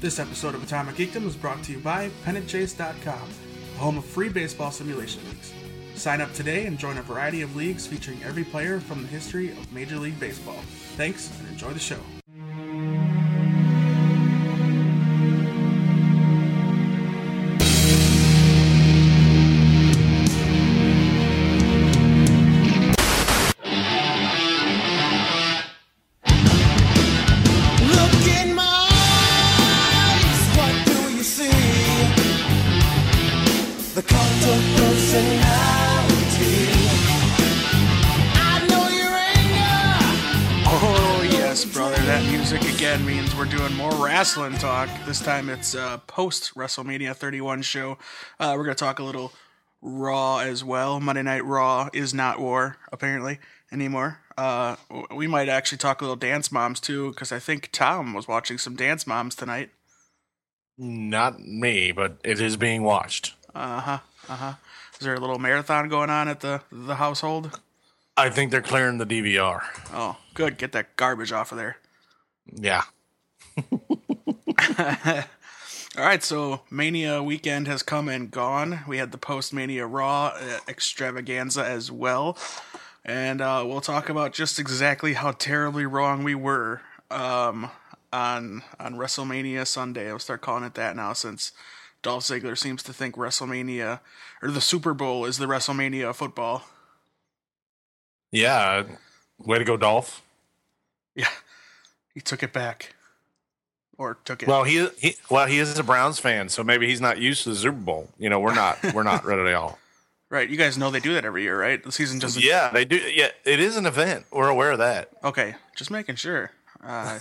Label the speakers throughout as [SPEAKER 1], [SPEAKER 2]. [SPEAKER 1] This episode of Atomic Geekdom is brought to you by PennantChase.com, the home of free baseball simulation leagues. Sign up today and join a variety of leagues featuring every player from the history of Major League Baseball. Thanks and enjoy the show.
[SPEAKER 2] Look in my eyes, what do you see? The cult of personality. I know your anger.
[SPEAKER 1] Oh, yes, brother. That music again means we're doing more wrestling talk. This time it's uh, post WrestleMania 31 show. Uh, we're going to talk a little Raw as well. Monday Night Raw is not war, apparently, anymore. Uh, w- we might actually talk a little Dance Moms, too, because I think Tom was watching some Dance Moms tonight.
[SPEAKER 3] Not me, but it is being watched.
[SPEAKER 1] Uh huh. Uh huh. Is there a little marathon going on at the, the household?
[SPEAKER 3] I think they're clearing the DVR.
[SPEAKER 1] Oh, good. Get that garbage off of there.
[SPEAKER 3] Yeah.
[SPEAKER 1] All right, so Mania weekend has come and gone. We had the post Mania Raw uh, extravaganza as well. And uh, we'll talk about just exactly how terribly wrong we were um, on on WrestleMania Sunday. I'll start calling it that now since Dolph Ziggler seems to think WrestleMania or the Super Bowl is the WrestleMania of football.
[SPEAKER 3] Yeah. Way to go, Dolph.
[SPEAKER 1] Yeah, he took it back, or took it.
[SPEAKER 3] Well, he, he well, he is a Browns fan, so maybe he's not used to the Super Bowl. You know, we're not we're not really at all.
[SPEAKER 1] right, you guys know they do that every year, right? The season doesn't.
[SPEAKER 3] Yeah, they do yeah, it is an event. We're aware of that.
[SPEAKER 1] Okay, just making sure. Uh,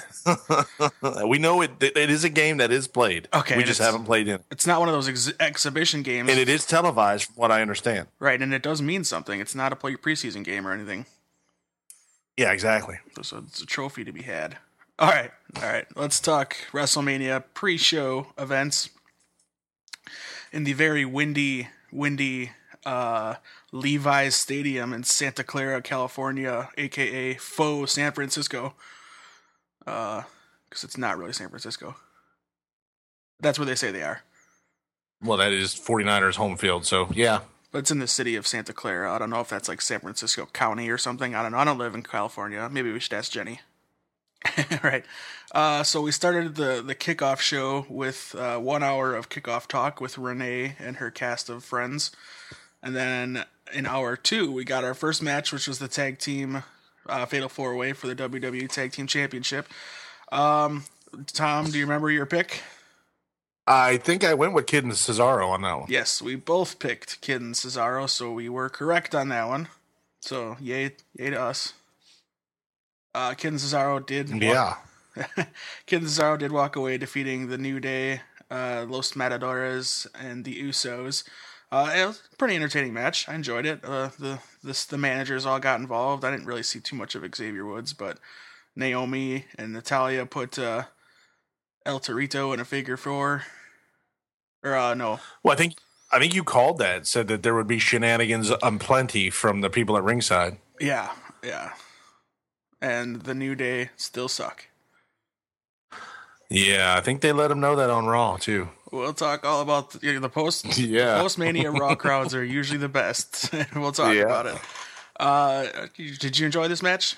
[SPEAKER 3] We know it it is a game that is played.
[SPEAKER 1] Okay,
[SPEAKER 3] We
[SPEAKER 1] and
[SPEAKER 3] just
[SPEAKER 1] it's-
[SPEAKER 3] haven't played in. it.
[SPEAKER 1] it's not one of those ex- exhibition games,
[SPEAKER 3] And it is televised from what I understand.
[SPEAKER 1] right? And it does mean something. It's not a play preseason game or anything.
[SPEAKER 3] Yeah, exactly.
[SPEAKER 1] So it's a trophy to be had. All right, all right. Let's talk WrestleMania pre-show events in the very windy, windy uh, Levi's Stadium in Santa Clara, California, aka faux San Francisco, because it's not really San Francisco. That's where they say they are.
[SPEAKER 3] Well, that is 49ers home field, so yeah.
[SPEAKER 1] But it's in the city of Santa Clara. I don't know if that's like San Francisco County or something. I don't know. I don't live in California. Maybe we should ask Jenny. right. Uh, so we started the the kickoff show with uh, one hour of kickoff talk with Renee and her cast of friends, and then in hour two we got our first match, which was the tag team uh, Fatal Four Way for the WWE Tag Team Championship. Um, Tom, do you remember your pick?
[SPEAKER 3] I think I went with Kid and Cesaro on that one.
[SPEAKER 1] Yes, we both picked Kid and Cesaro, so we were correct on that one. So yay, yay to us. Uh, Kid and Cesaro did. walk-
[SPEAKER 3] Yeah.
[SPEAKER 1] Kid and Cesaro did walk away defeating the New Day, uh, Los Matadores, and the Usos. Uh, it was a pretty entertaining match. I enjoyed it. Uh, the this the managers all got involved. I didn't really see too much of Xavier Woods, but Naomi and Natalia put uh, El Torito in a figure four. Or uh, no,
[SPEAKER 3] Well, I think I think you called that said that there would be shenanigans plenty from the people at ringside.
[SPEAKER 1] Yeah, yeah. And the New Day still suck.
[SPEAKER 3] Yeah, I think they let them know that on Raw too.
[SPEAKER 1] We'll talk all about the, you know, the post
[SPEAKER 3] Yeah.
[SPEAKER 1] post mania Raw crowds are usually the best. we'll talk
[SPEAKER 3] Yeah.
[SPEAKER 1] about it. Uh, did you enjoy this match?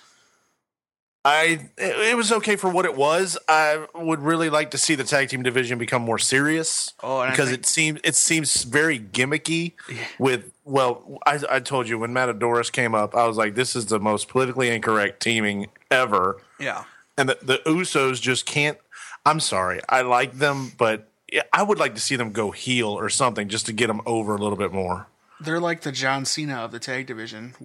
[SPEAKER 3] I it it was okay for what it was. I would really like to see the tag team division become more serious
[SPEAKER 1] Oh, and I
[SPEAKER 3] because
[SPEAKER 1] think-
[SPEAKER 3] it seems it seems very gimmicky. With well, I, I told you when Matadoris came up, I was like, this is the most politically incorrect teaming ever.
[SPEAKER 1] Yeah,
[SPEAKER 3] and the, the Usos just can't. I'm sorry, I like them, but yeah, I would like to see them go heel or something just to get them over a little bit more.
[SPEAKER 1] they're like the John Cena of the tag division.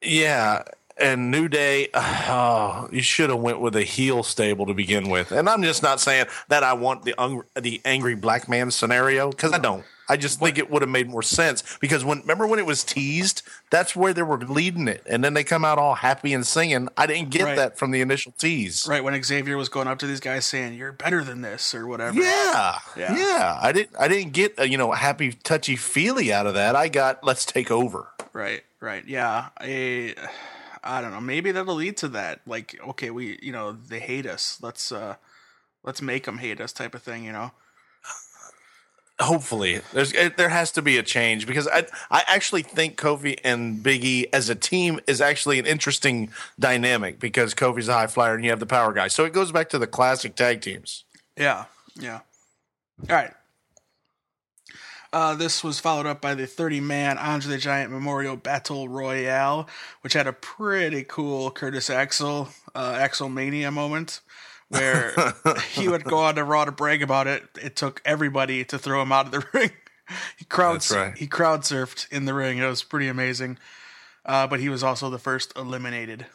[SPEAKER 3] Yeah, and New Day, oh, you should have went with a heel stable to begin with. And I'm just not saying that I want the un- the angry black man scenario because I don't. I just think it would have made more sense because when remember when it was teased, that's where they were leading it, and then they come out all happy and singing. I didn't get
[SPEAKER 1] Right.
[SPEAKER 3] that from the initial tease.
[SPEAKER 1] Right when Xavier was going up to these guys saying "You're better than this" or whatever.
[SPEAKER 3] Yeah,
[SPEAKER 1] Yeah.
[SPEAKER 3] yeah. I didn't. I didn't get a, you know happy touchy feely out of that. I got let's take over.
[SPEAKER 1] Right, right. Yeah. I I don't know. Maybe that'll lead to that. Like, okay, we you know, they hate us. Let's uh let's make them hate us type of thing, you know?
[SPEAKER 3] Hopefully, there's it, there has to be a change because I I actually think Kofi and Biggie as a team is actually an interesting dynamic because Kofi's a high flyer and you have the power guy. So it goes back to the classic tag teams.
[SPEAKER 1] Yeah, yeah. All right. Uh, this was followed up by the 30 man Andre the Giant Memorial Battle Royale, which had a pretty cool Curtis Axel, uh, Axel Mania moment where he would go on to Raw to brag about it. It took everybody to throw him out of the ring. He crowd,
[SPEAKER 3] That's right.
[SPEAKER 1] he crowd surfed in the ring. It was pretty amazing. Uh, but he was also the first eliminated.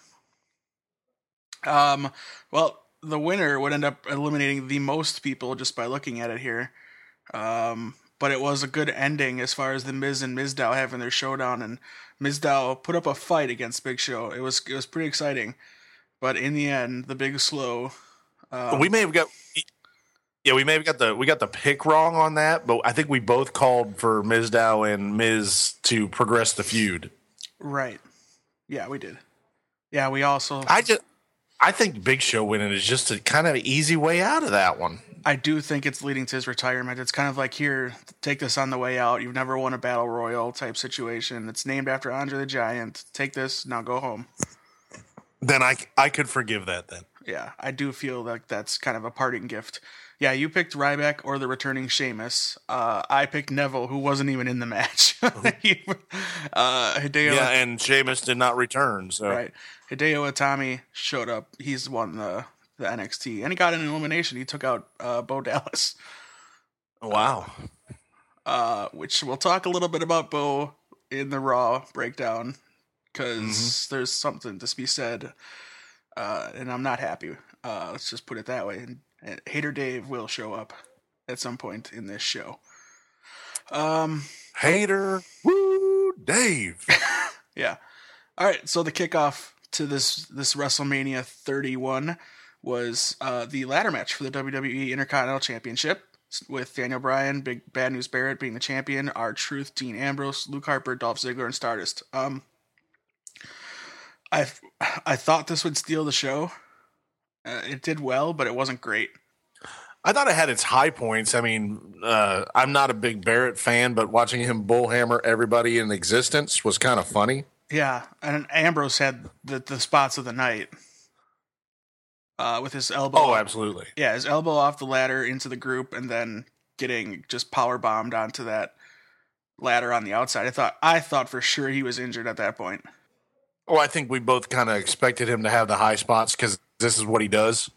[SPEAKER 1] Um, well, the winner would end up eliminating the most people just by looking at it here. Um, but it was a good ending as far as the Miz and Mizdow having their showdown, and Mizdow put up a fight against Big Show. It was it was pretty exciting, but in the end, the Big Slow. Um,
[SPEAKER 3] we may have got yeah we may have got the we got the pick wrong on that, but I think we both called for Mizdow and Miz to progress the feud.
[SPEAKER 1] right, yeah, we did. Yeah, we also.
[SPEAKER 3] I just I think Big Show winning is just a kind of easy way out of that one.
[SPEAKER 1] I do think it's leading to his retirement. It's kind of like here, take this on the way out. You've never won a battle royal type situation. It's named after Andre the Giant. Take this now. Go home.
[SPEAKER 3] Then I I could forgive that then.
[SPEAKER 1] Yeah, I do feel like that's kind of a parting gift. Yeah, you picked Ryback or the returning Sheamus. Uh, I picked Neville, who wasn't even in the match. He- uh, Hideo,
[SPEAKER 3] Yeah, and Sheamus did not return, so
[SPEAKER 1] right? Hideo Itami showed up. He's won the the NXT, and he got an elimination. He took out uh, Bo Dallas,
[SPEAKER 3] Oh, wow.
[SPEAKER 1] uh, which we'll talk a little bit about Bo in the Raw breakdown because there's something to be said, uh, and I'm not happy. Uh, let's just put it that way. And, and Hater Dave will show up at some point in this show. Um,
[SPEAKER 3] Hater, woo, Dave.
[SPEAKER 1] Yeah. All right. So the kickoff to this this WrestleMania 31 was uh, the ladder match for the WWE Intercontinental Championship with Daniel Bryan, Big Bad News Barrett being the champion, our Truth, Dean Ambrose, Luke Harper, Dolph Ziggler, and Stardust. Um, I I thought this would steal the show. Uh, it did well, but it wasn't great.
[SPEAKER 3] I thought it had its high points. I mean, uh, I'm not a big Barrett fan, but watching him bullhammer everybody in existence was kind of funny.
[SPEAKER 1] Yeah, and Ambrose had the, the spots of the night uh, with his elbow.
[SPEAKER 3] Oh, absolutely.
[SPEAKER 1] yeah, his elbow off the ladder into the group, and then getting just power bombed onto that ladder on the outside. I thought I thought for sure he was injured at that point.
[SPEAKER 3] Oh, I think we both kind of expected him to have the high spots because this is what he does.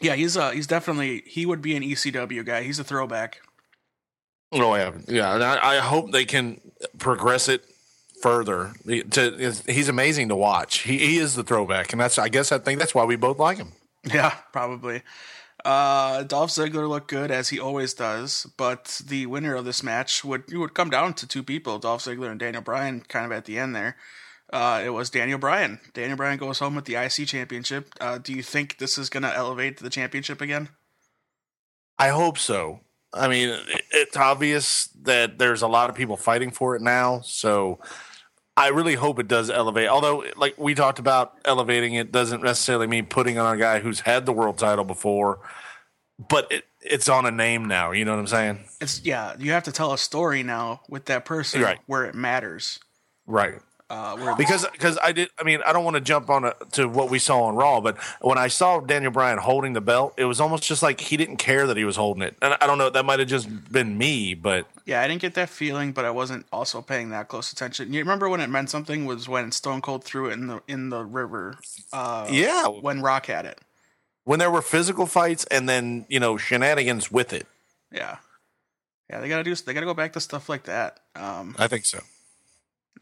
[SPEAKER 1] Yeah, he's uh he's definitely he would be an ECW guy. He's a throwback.
[SPEAKER 3] Oh, yeah, yeah. And I, I hope they can progress it further. To he's amazing to watch. He, he is the throwback, and that's I guess I think that's why we both like him.
[SPEAKER 1] Yeah, probably. Uh, Dolph Ziggler looked good as he always does, but the winner of this match would you would come down to two people, Dolph Ziggler and Daniel Bryan, kind of at the end there. Uh, it was Daniel Bryan. Daniel Bryan goes home with the IC championship. Uh, do you think this is going to elevate the championship again?
[SPEAKER 3] I hope so. I mean, it, it's obvious that there's a lot of people fighting for it now, so I really hope it does elevate. Although, like we talked about, elevating it doesn't necessarily mean putting on a guy who's had the world title before, but it, it's on a name now. You know what I'm saying?
[SPEAKER 1] it's yeah you have to tell a story now with that person
[SPEAKER 3] Right.
[SPEAKER 1] where it matters
[SPEAKER 3] Right.
[SPEAKER 1] uh where
[SPEAKER 3] because because I did. I mean, I don't want to jump on a, to what we saw on Raw, but when I saw Daniel Bryan holding the belt, it was almost just like he didn't care that he was holding it. And I don't know. That might have just been me, but
[SPEAKER 1] yeah i didn't get that feeling but i wasn't also paying that close attention you remember when it meant something was when stone cold threw it in the in the river uh
[SPEAKER 3] yeah,
[SPEAKER 1] when rock had it
[SPEAKER 3] when there were physical fights and then you know shenanigans with it.
[SPEAKER 1] yeah yeah they gotta do they gotta go back to stuff like that um
[SPEAKER 3] I think so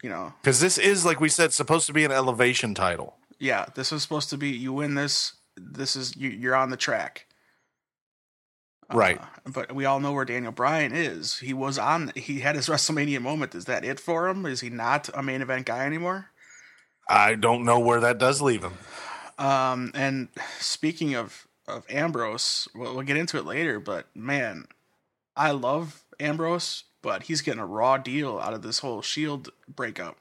[SPEAKER 1] you know
[SPEAKER 3] because this is like we said supposed to be an elevation title.
[SPEAKER 1] yeah this was supposed to be you win this this is you, you're on the track Uh,
[SPEAKER 3] Right.
[SPEAKER 1] but we all know where Daniel Bryan is. He was on. He had his WrestleMania moment. Is that it for him? Is he not a main event guy anymore?
[SPEAKER 3] I don't know where that does leave him.
[SPEAKER 1] Um, and speaking of of Ambrose, we'll, we'll get into it later. But man, I love Ambrose, but he's getting a raw deal out of this whole Shield breakup.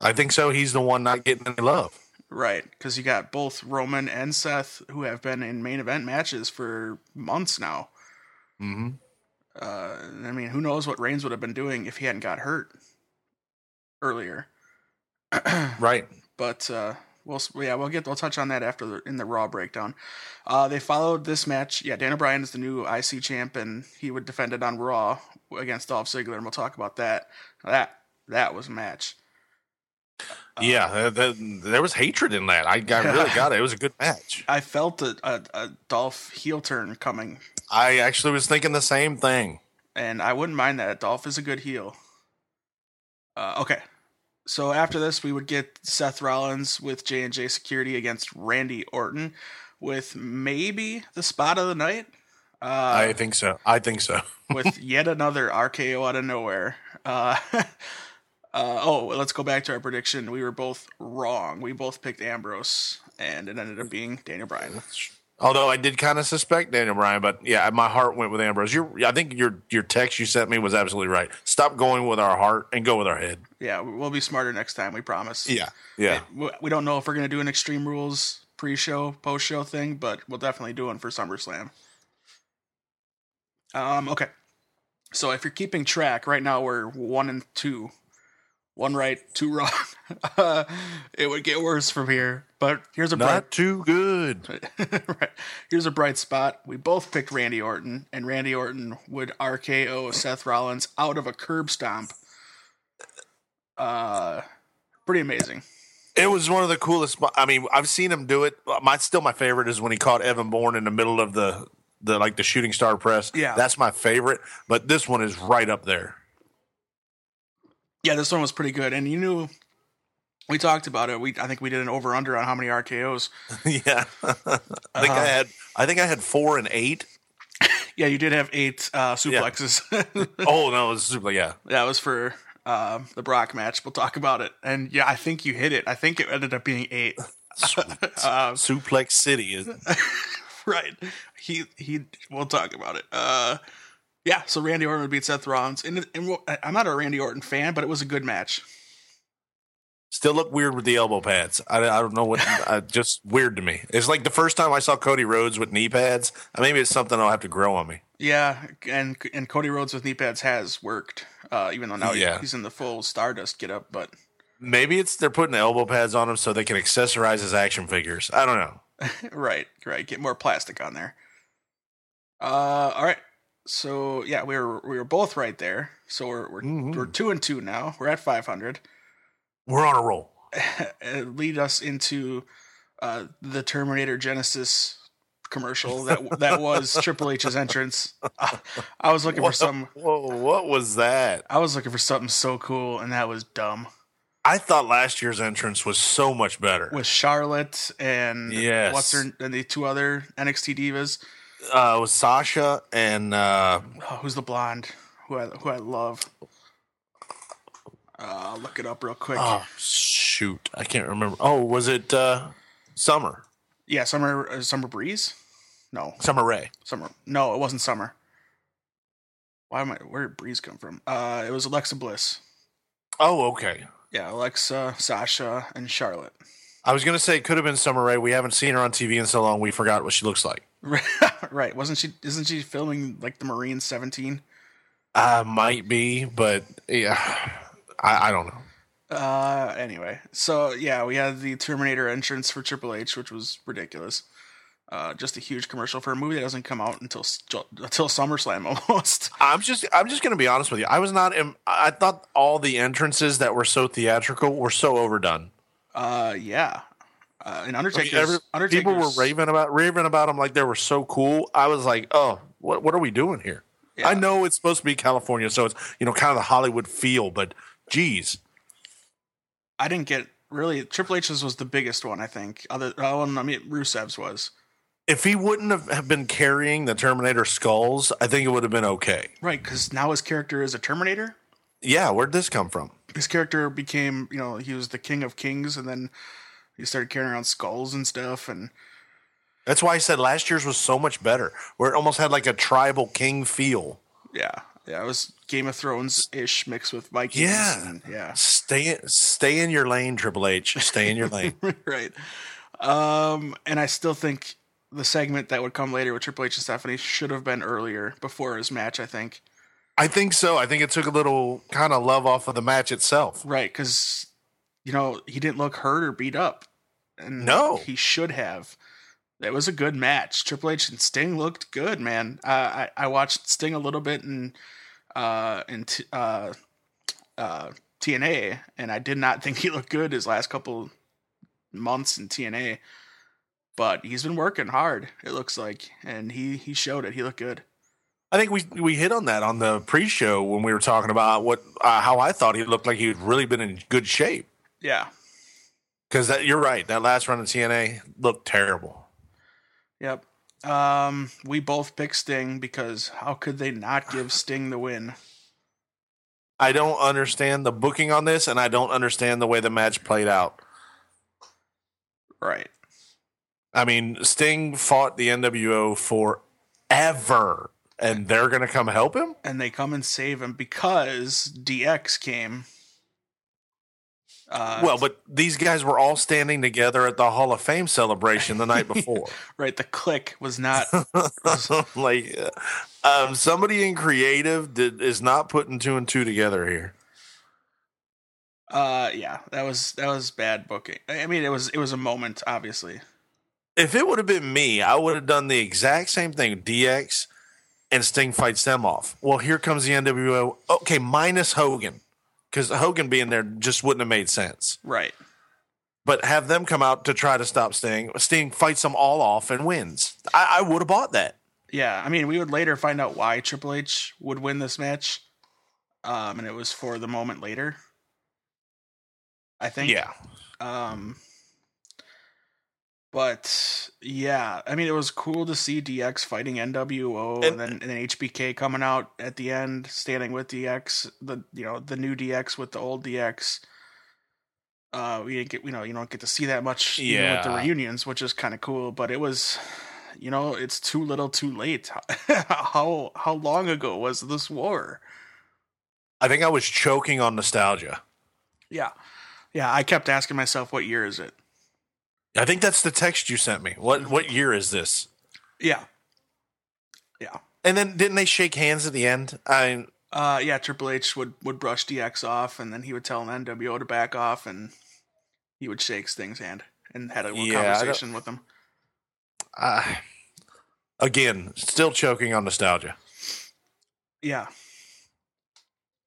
[SPEAKER 3] I think so. He's the one not getting any love.
[SPEAKER 1] Right, because you got both Roman and Seth who have been in main event matches for months now.
[SPEAKER 3] Mm-hmm.
[SPEAKER 1] Uh, I mean, who knows what Reigns would have been doing if he hadn't got hurt earlier?
[SPEAKER 3] Right.
[SPEAKER 1] but uh, we'll yeah we'll get we'll touch on that after the, in the Raw breakdown. Uh, they followed this match. Yeah, Dan O'Brien is the new IC champ, and he would defend it on Raw against Dolph Ziggler, and we'll talk about that. That that was a match. Uh,
[SPEAKER 3] yeah. that- that- there was hatred in that. I, I really got it. It was a good match.
[SPEAKER 1] I felt a, a, a Dolph heel turn coming,
[SPEAKER 3] I actually was thinking the same thing.
[SPEAKER 1] and I wouldn't mind that. Dolph is a good heel. Uh, okay. So after this, we would get Seth Rollins with J and J Security against Randy Orton, with maybe the spot of the night. Uh,
[SPEAKER 3] I think so. I think so.
[SPEAKER 1] with yet another RKO out of nowhere. Uh, uh, oh, well, let's go back to our prediction. We were both wrong. We both picked Ambrose, and it ended up being Daniel Bryan.
[SPEAKER 3] Although I did kind of suspect Daniel Bryan, but yeah, my heart went with Ambrose. Your, I think your your text you sent me was absolutely right. Stop going with our heart and go with our head.
[SPEAKER 1] Yeah, we- we'll be smarter next time. We promise.
[SPEAKER 3] yeah.
[SPEAKER 1] We- We don't know if we're gonna do an Extreme Rules pre-show, post-show thing, but we'll definitely do one for SummerSlam. Um. Okay. So if you're keeping track, right now we're one and two, one right, two wrong. uh, it would get worse from here. But here's a bright,
[SPEAKER 3] Not too good.
[SPEAKER 1] right. Here's a bright spot. We both picked Randy Orton, and Randy Orton would RKO Seth Rollins out of a curb stomp. Uh, pretty amazing.
[SPEAKER 3] It was one of the coolest. I mean, I've seen him do it. My still my favorite is when he caught Evan Bourne in the middle of the the like the shooting star press.
[SPEAKER 1] Yeah.
[SPEAKER 3] that's my favorite. But this one is right up there.
[SPEAKER 1] Yeah, this one was pretty good, and you knew we talked about it. We I think we did an over under on how many RKOs.
[SPEAKER 3] yeah, I think
[SPEAKER 1] Uh-huh.
[SPEAKER 3] I had I think I had four and eight.
[SPEAKER 1] Yeah, you did have eight uh, suplexes.
[SPEAKER 3] Oh no, it was super. Yeah,
[SPEAKER 1] that was for um, the Brock match. We'll talk about it, and yeah, I think you hit it. I think it ended up being eight.
[SPEAKER 3] Sweet. Um, Suplex City is
[SPEAKER 1] right. He he. We'll talk about it. Uh, yeah. So Randy Orton would beat Seth Rollins, and, and we'll, I- I'm not a Randy Orton fan, but it was a good match.
[SPEAKER 3] Still look weird with the elbow pads. I, I don't know what, I, just weird to me. It's like the first time I saw Cody Rhodes with knee pads. Uh, Maybe it's something I'll have to grow on me.
[SPEAKER 1] Yeah, and and Cody Rhodes with knee pads has worked, uh, even though now he-
[SPEAKER 3] Yeah.
[SPEAKER 1] he's in the full Stardust get up. But
[SPEAKER 3] Maybe it's they're putting elbow pads on him so they can accessorize his action figures. I don't know.
[SPEAKER 1] right, right, get more plastic on there. Uh, all right. So yeah, we were we were both right there. So we're we're,
[SPEAKER 3] Mhm.
[SPEAKER 1] we're two and two now. We're at 500.
[SPEAKER 3] We're on a roll.
[SPEAKER 1] uh, lead us into uh, the Terminator Genesis commercial that that was Triple H's entrance. I, I was looking for some.
[SPEAKER 3] Whoa, what was that?
[SPEAKER 1] I was looking for something so cool, and that was dumb.
[SPEAKER 3] I thought last year's entrance was so much better.
[SPEAKER 1] With Charlotte and
[SPEAKER 3] Yes.
[SPEAKER 1] what's her and the two other NXT divas.
[SPEAKER 3] Uh, with Sasha and uh,
[SPEAKER 1] Oh, who's the blonde who I who I love? Uh, I'll look it up real quick.
[SPEAKER 3] oh shoot, I can't remember. Oh, was it uh, Summer?
[SPEAKER 1] Yeah, summer uh, summer breeze. No,
[SPEAKER 3] Summer Ray.
[SPEAKER 1] Summer. No, it wasn't Summer. Why am I? Where did Breeze come from? Uh, it was Alexa Bliss.
[SPEAKER 3] Oh, okay.
[SPEAKER 1] Yeah, Alexa, Sasha, and Charlotte.
[SPEAKER 3] I was gonna say it could have been Summer Rae. We haven't seen her on TV in so long. We forgot what she looks like.
[SPEAKER 1] right? Wasn't she? Isn't she filming like the Marine Seventeen?
[SPEAKER 3] Uh, might be, but yeah, I, I don't know.
[SPEAKER 1] Uh, anyway, so yeah, we had the Terminator entrance for Triple H, which was ridiculous. Uh, just a huge commercial for a movie that doesn't come out until s- ju- until SummerSlam almost.
[SPEAKER 3] I'm just I'm just gonna be honest with you. I was not. im- I thought all the entrances that were so theatrical were so overdone.
[SPEAKER 1] Uh, yeah. Uh, and Undertaker's,
[SPEAKER 3] Every-
[SPEAKER 1] Undertaker's
[SPEAKER 3] people were raving about raving about them like they were so cool. I was like, oh, what what are we doing here?
[SPEAKER 1] Yeah.
[SPEAKER 3] I know it's supposed to be California, so it's you know kind of the Hollywood feel, but geez,
[SPEAKER 1] I didn't get really Triple H's was the biggest one I think. Other oh, and I mean Rusev's was
[SPEAKER 3] if he wouldn't have, have been carrying the Terminator skulls, I think it would have been okay.
[SPEAKER 1] right because now his character is a Terminator.
[SPEAKER 3] Yeah, where'd this come from?
[SPEAKER 1] His character became you know he was the King of Kings and then he started carrying around skulls and stuff and
[SPEAKER 3] That's why I said last year's was so much better, where it almost had like a tribal king feel.
[SPEAKER 1] yeah Yeah, it was Game of Thrones ish mixed with Vikings.
[SPEAKER 3] Yeah.
[SPEAKER 1] and- yeah.
[SPEAKER 3] Stay stay in your lane, Triple H. Stay in your lane.
[SPEAKER 1] right. Um, and I still think the segment that would come later with Triple H and Stephanie should have been earlier before his match. I think
[SPEAKER 3] I think so. I think it took a little kind of love off of the match itself.
[SPEAKER 1] right because you know he didn't look hurt or beat up, and
[SPEAKER 3] No.
[SPEAKER 1] he should have. It was a good match. Triple H and Sting looked good, man. Uh, I I watched Sting a little bit in uh in t- uh uh TNA, and I did not think he looked good his last couple months in TNA. But he's been working hard. It looks like, and he he showed it. He looked good.
[SPEAKER 3] I think we we hit on that on the pre-show when we were talking about what uh, how I thought he looked like he'd really been in good shape.
[SPEAKER 1] Yeah.
[SPEAKER 3] Because that you're right, that last run of TNA looked terrible.
[SPEAKER 1] Yep. Um, we both picked Sting because how could they not give Sting the win?
[SPEAKER 3] I don't understand the booking on this, and I don't understand the way the match played out.
[SPEAKER 1] Right.
[SPEAKER 3] I mean, Sting fought the NWO forever, and they're gonna come help him.
[SPEAKER 1] And they come and save him because DX came. Uh,
[SPEAKER 3] Well, but these guys were all standing together at the Hall of Fame celebration the night before.
[SPEAKER 1] right, the click was not
[SPEAKER 3] like, um, somebody in creative did, is not putting two and two together here.
[SPEAKER 1] Uh, yeah, that was that was bad booking. I I mean, it was it was a moment, obviously.
[SPEAKER 3] If it would have been me, I would have done the exact same thing. DX and Sting fights them off. Well, here comes the NWO. Okay, minus Hogan, because Hogan being there just wouldn't have made sense.
[SPEAKER 1] Right.
[SPEAKER 3] But have them come out to try to stop Sting. Sting fights them all off and wins. I, I would have bought that.
[SPEAKER 1] Yeah, I mean, we would later find out why Triple H would win this match, um, and it was for the moment later. I think.
[SPEAKER 3] Yeah.
[SPEAKER 1] Um, but yeah, I mean, it was cool to see DX fighting NWO, and,
[SPEAKER 3] And-
[SPEAKER 1] then and then HBK coming out at the end, standing with DX, the you know the new DX with the old DX. Uh, we didn't get you know you don't get to see that much even with the
[SPEAKER 3] Yeah.
[SPEAKER 1] reunions, which is kind of cool. But it was, you know, it's too little, too late. how how long ago was this war?
[SPEAKER 3] I think I was choking on nostalgia.
[SPEAKER 1] Yeah, yeah. I kept asking myself, what year is it?
[SPEAKER 3] I think that's the text you sent me. What what year is this?
[SPEAKER 1] Yeah, yeah.
[SPEAKER 3] And then didn't they shake hands at the end? I
[SPEAKER 1] Uh, yeah, Triple H would would brush DX off, and then he would tell an NWO to back off, and he would shake Sting's hand and had a little
[SPEAKER 3] Yeah, I don't-
[SPEAKER 1] conversation with him.
[SPEAKER 3] I again still choking on nostalgia.
[SPEAKER 1] Yeah,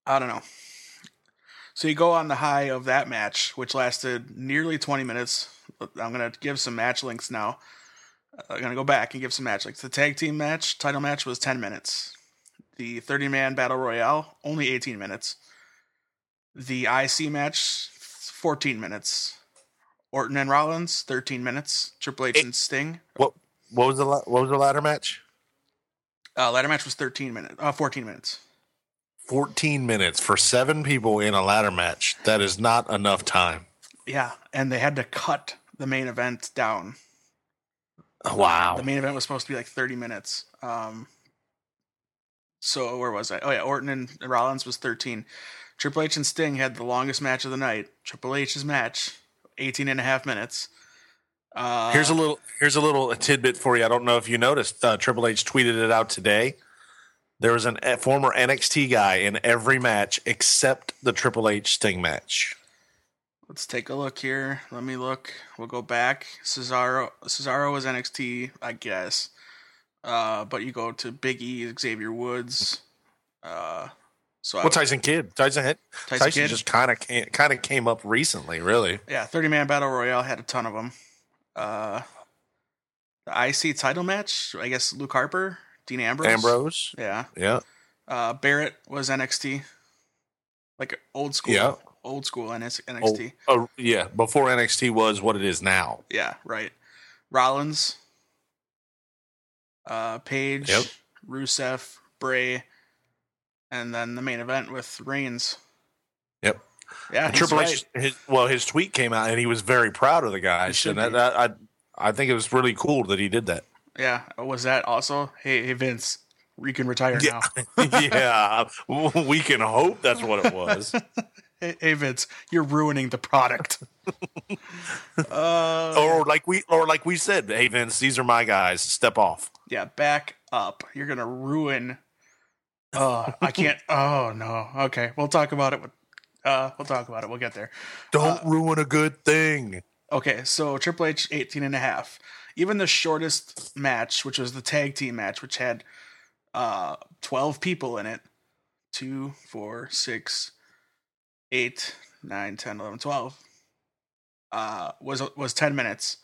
[SPEAKER 1] I don't know. So you go on the high of that match, which lasted nearly 20 minutes. I'm gonna give some match links now. Uh, I'm gonna go back and give some match links. The tag team match, title match, was 10 minutes. The 30 man battle royale, only 18 minutes. The IC match, 14 minutes. Orton and Rollins, 13 minutes. Triple H and Sting.
[SPEAKER 3] What what was the la- what was the ladder match?
[SPEAKER 1] Uh, ladder match was 13 minutes. Uh, 14 minutes.
[SPEAKER 3] Fourteen minutes for seven people in a ladder match. That is not enough time.
[SPEAKER 1] Yeah, and they had to cut the main event down.
[SPEAKER 3] Wow.
[SPEAKER 1] The main event was supposed to be like 30 minutes. Um, so where was I? Oh yeah, Orton and Rollins was 13. Triple H and Sting had the longest match of the night. Triple H's match, 18 and a half minutes. Uh,
[SPEAKER 3] Here's a little here's a little tidbit for you. I don't know if you noticed. Uh, Triple H tweeted it out today. There was an, a former NXT guy in every match except the Triple H Sting match.
[SPEAKER 1] let's take a look here. Let me look. We'll go back. Cesaro Cesaro was NXT, I guess. Uh, but you go to Big E, Xavier Woods. Uh, so I
[SPEAKER 3] Well, Tyson Kidd, Tyson hit.
[SPEAKER 1] Tyson
[SPEAKER 3] Tyson,
[SPEAKER 1] Kidd?
[SPEAKER 3] just kind of kind of came up recently, really.
[SPEAKER 1] Yeah, 30 man battle royale had a ton of them. Uh, the IC title match, I guess Luke Harper, Dean Ambrose.
[SPEAKER 3] Ambrose,
[SPEAKER 1] Yeah.
[SPEAKER 3] yeah,
[SPEAKER 1] Uh, Barrett was NXT. Like old school.
[SPEAKER 3] Yeah.
[SPEAKER 1] Old school NS-
[SPEAKER 3] oh,
[SPEAKER 1] NXT.
[SPEAKER 3] uh, yeah. Before NXT was what it is now.
[SPEAKER 1] Yeah, right. Rollins, uh, Page,
[SPEAKER 3] Yep.
[SPEAKER 1] Rusev, Bray, and then the main event with Reigns.
[SPEAKER 3] Yep.
[SPEAKER 1] Yeah,
[SPEAKER 3] And
[SPEAKER 1] he's
[SPEAKER 3] Triple
[SPEAKER 1] right.
[SPEAKER 3] H, his, well, his tweet came out, and he was very proud of the
[SPEAKER 1] He
[SPEAKER 3] guys,
[SPEAKER 1] should
[SPEAKER 3] and that,
[SPEAKER 1] be.
[SPEAKER 3] that, I, I think it was really cool that he did that.
[SPEAKER 1] Oh, Yeah, was that also? Hey, hey Vince, You can retire
[SPEAKER 3] Yeah.
[SPEAKER 1] now.
[SPEAKER 3] yeah, we can hope that's what it was.
[SPEAKER 1] Hey, hey, Vince, you're ruining the product. uh,
[SPEAKER 3] or like we, or like we said, hey Vince, these are my guys. Step off.
[SPEAKER 1] yeah, back up. You're gonna ruin. Oh, I can't. Oh no. Okay, we'll talk about it. With, uh, we'll talk about it. We'll get there.
[SPEAKER 3] Don't
[SPEAKER 1] Uh,
[SPEAKER 3] ruin a good thing.
[SPEAKER 1] Okay, so Triple H 18 and a half. Even the shortest match, which was the tag team match, which had uh 12 people in it. two, four, six, eight, nine, ten, eleven, twelve. Uh was was 10 minutes.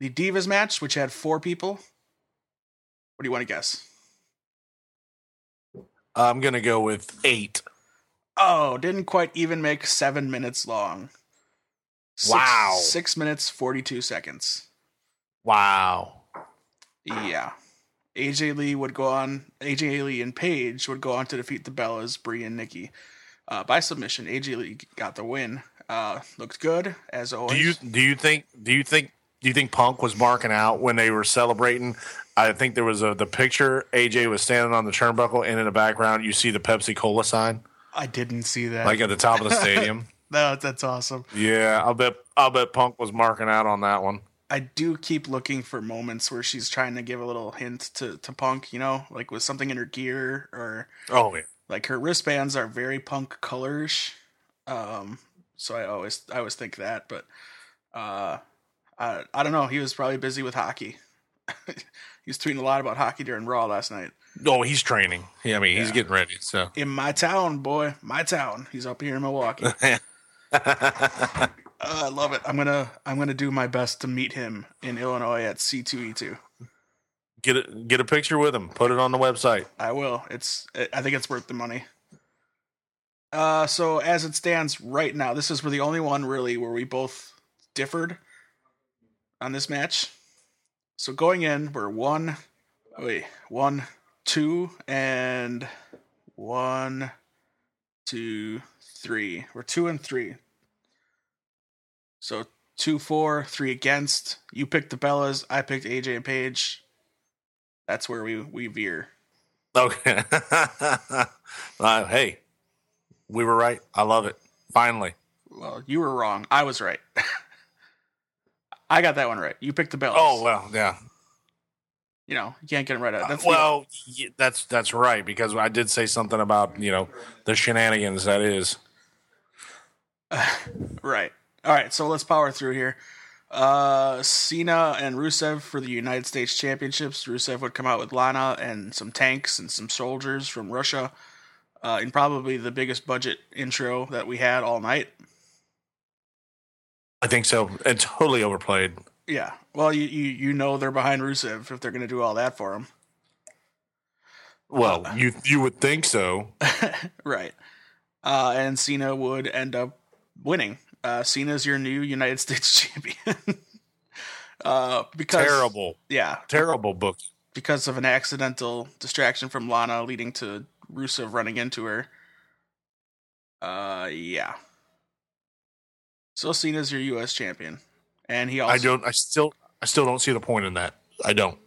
[SPEAKER 1] The Divas match, which had four people. What do you want to guess?
[SPEAKER 3] I'm gonna go with eight.
[SPEAKER 1] Oh, didn't quite even make seven minutes long. Six-
[SPEAKER 3] Wow.
[SPEAKER 1] Six minutes, 42 seconds.
[SPEAKER 3] Wow.
[SPEAKER 1] Yeah. AJ Lee would go on. AJ Lee and Paige would go on to defeat the Bellas, Brie and Nikki. Uh, by submission, AJ Lee got the win. Uh, looked good as always.
[SPEAKER 3] Do you do you think do you think do you think Punk was marking out when they were celebrating? I think there was a the picture AJ was standing on the turnbuckle, and in the background you see the Pepsi Cola sign,
[SPEAKER 1] I didn't see that.
[SPEAKER 3] like uh, at the top of the stadium.
[SPEAKER 1] that. That's awesome.
[SPEAKER 3] yeah, I'll bet I'll bet Punk was marking out on that one.
[SPEAKER 1] I do keep looking for moments where she's trying to give a little hint to to Punk. You know, like with something in her gear or
[SPEAKER 3] Oh yeah.
[SPEAKER 1] like her wristbands are very punk colors um so i always i always think that but uh i, I don't know he was probably busy with hockey he was tweeting a lot about hockey during raw last night
[SPEAKER 3] Oh, he's training. Yeah, I mean he's
[SPEAKER 1] Yeah.
[SPEAKER 3] getting ready. So
[SPEAKER 1] in my town boy my town he's up here in milwaukee Uh, i love it i'm gonna i'm gonna do my best to meet him in illinois at E c2e2
[SPEAKER 3] get a, get a picture with him. Put it on the website.
[SPEAKER 1] I will. It's. I think it's worth the money. Uh, so as it stands right now, this is the only one really where we both differed on this match. So going in, we're one, wait, one, two, and one, two, three. We're two and three. So two, four, three against. You picked the Bellas. I picked AJ and Paige. That's where we we veer.
[SPEAKER 3] Okay. Uh, hey, we were right. I love it. Finally.
[SPEAKER 1] Well, you were wrong. I was right. I got that one right. You picked the Bellas.
[SPEAKER 3] Oh well, yeah.
[SPEAKER 1] you know you can't get them right. Out. That's the-
[SPEAKER 3] well, y that's that's right because I did say something about you know the shenanigans that is.
[SPEAKER 1] right. All right, so let's power through here. Uh, Cena and Rusev for the United States Championships. Rusev would come out with Lana and some tanks and some soldiers from Russia, uh, in probably the biggest budget intro that we had all night.
[SPEAKER 3] I think so. And totally overplayed.
[SPEAKER 1] Yeah. Well, you you, you know they're behind Rusev if they're going to do all that for him.
[SPEAKER 3] Well, you you would think so.
[SPEAKER 1] Right. Uh, and Cena would end up winning. Uh, Cena's your new United States champion. uh, because
[SPEAKER 3] Terrible,
[SPEAKER 1] Yeah,
[SPEAKER 3] terrible book.
[SPEAKER 1] because of an accidental distraction from Lana, leading to Rusev running into her. Uh, yeah. So Cena's your U.S. champion, and he also.
[SPEAKER 3] I don't. I still. I still don't see the point in that. I don't.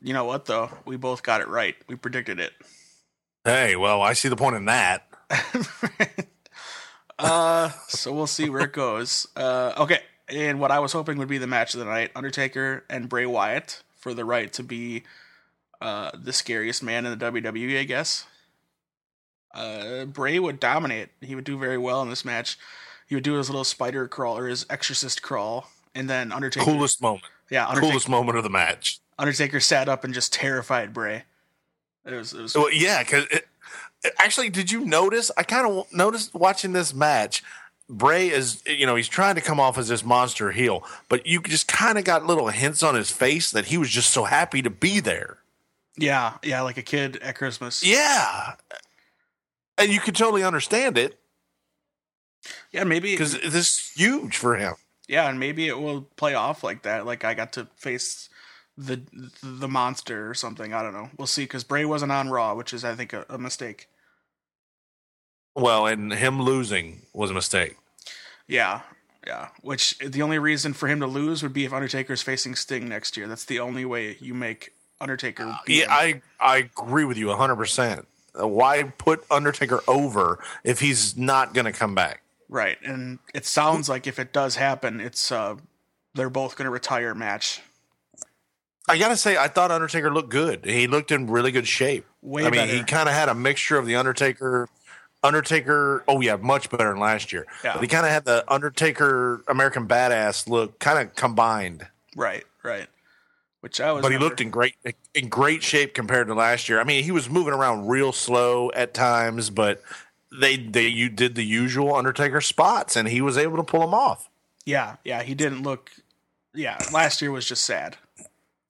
[SPEAKER 1] You know what though? We both got it right. We predicted it.
[SPEAKER 3] Hey, well, I see the point in that.
[SPEAKER 1] uh, so we'll see where it goes. Uh, okay, and what I was hoping would be the match of the night: Undertaker and Bray Wyatt for the right to be uh, the scariest man in the WWE, I guess. Uh, Bray would dominate. He would do very well in this match. He would do his little spider crawl or his exorcist crawl, and then Undertaker.
[SPEAKER 3] Coolest moment.
[SPEAKER 1] yeah, Undertaker,
[SPEAKER 3] Coolest moment of the match.
[SPEAKER 1] Undertaker sat up and just terrified Bray. It was, it was
[SPEAKER 3] Well, yeah, because actually, did you notice? I kind of noticed watching this match. Bray is, you know, he's trying to come off as this monster heel, but you just kind of got little hints on his face that he was just so happy to be there.
[SPEAKER 1] yeah, yeah, like a kid at Christmas.
[SPEAKER 3] Yeah, and you could totally understand it
[SPEAKER 1] yeah maybe
[SPEAKER 3] because this is huge for him.
[SPEAKER 1] yeah and maybe it will play off like that like i got to face the the monster or something i don't know we'll see because bray wasn't on raw which is i think a, a mistake
[SPEAKER 3] Well, and him losing was a mistake.
[SPEAKER 1] yeah yeah which the only reason for him to lose would be if undertaker's facing sting next year that's the only way you make Undertaker. beat
[SPEAKER 3] Uh, Yeah,
[SPEAKER 1] him.
[SPEAKER 3] I I agree with you 100%. Uh, Why put Undertaker over if he's not going to come back?
[SPEAKER 1] right. And it sounds like if it does happen, it's uh, they're both going to retire match.
[SPEAKER 3] I got to say I thought Undertaker looked good. He looked in really good shape.
[SPEAKER 1] Way
[SPEAKER 3] I mean,
[SPEAKER 1] better.
[SPEAKER 3] he kind of had a mixture of the Undertaker Undertaker, oh yeah, much better than last year.
[SPEAKER 1] Yeah.
[SPEAKER 3] But he kind of had the Undertaker American Badass look kind of combined.
[SPEAKER 1] Right, right. Which I was.
[SPEAKER 3] but he
[SPEAKER 1] never-
[SPEAKER 3] looked in great in great shape compared to last year. I mean, he was moving around real slow at times, but they they you did the usual Undertaker spots, and he was able to pull them off.
[SPEAKER 1] Yeah, yeah. He didn't look. Yeah, last year was just sad.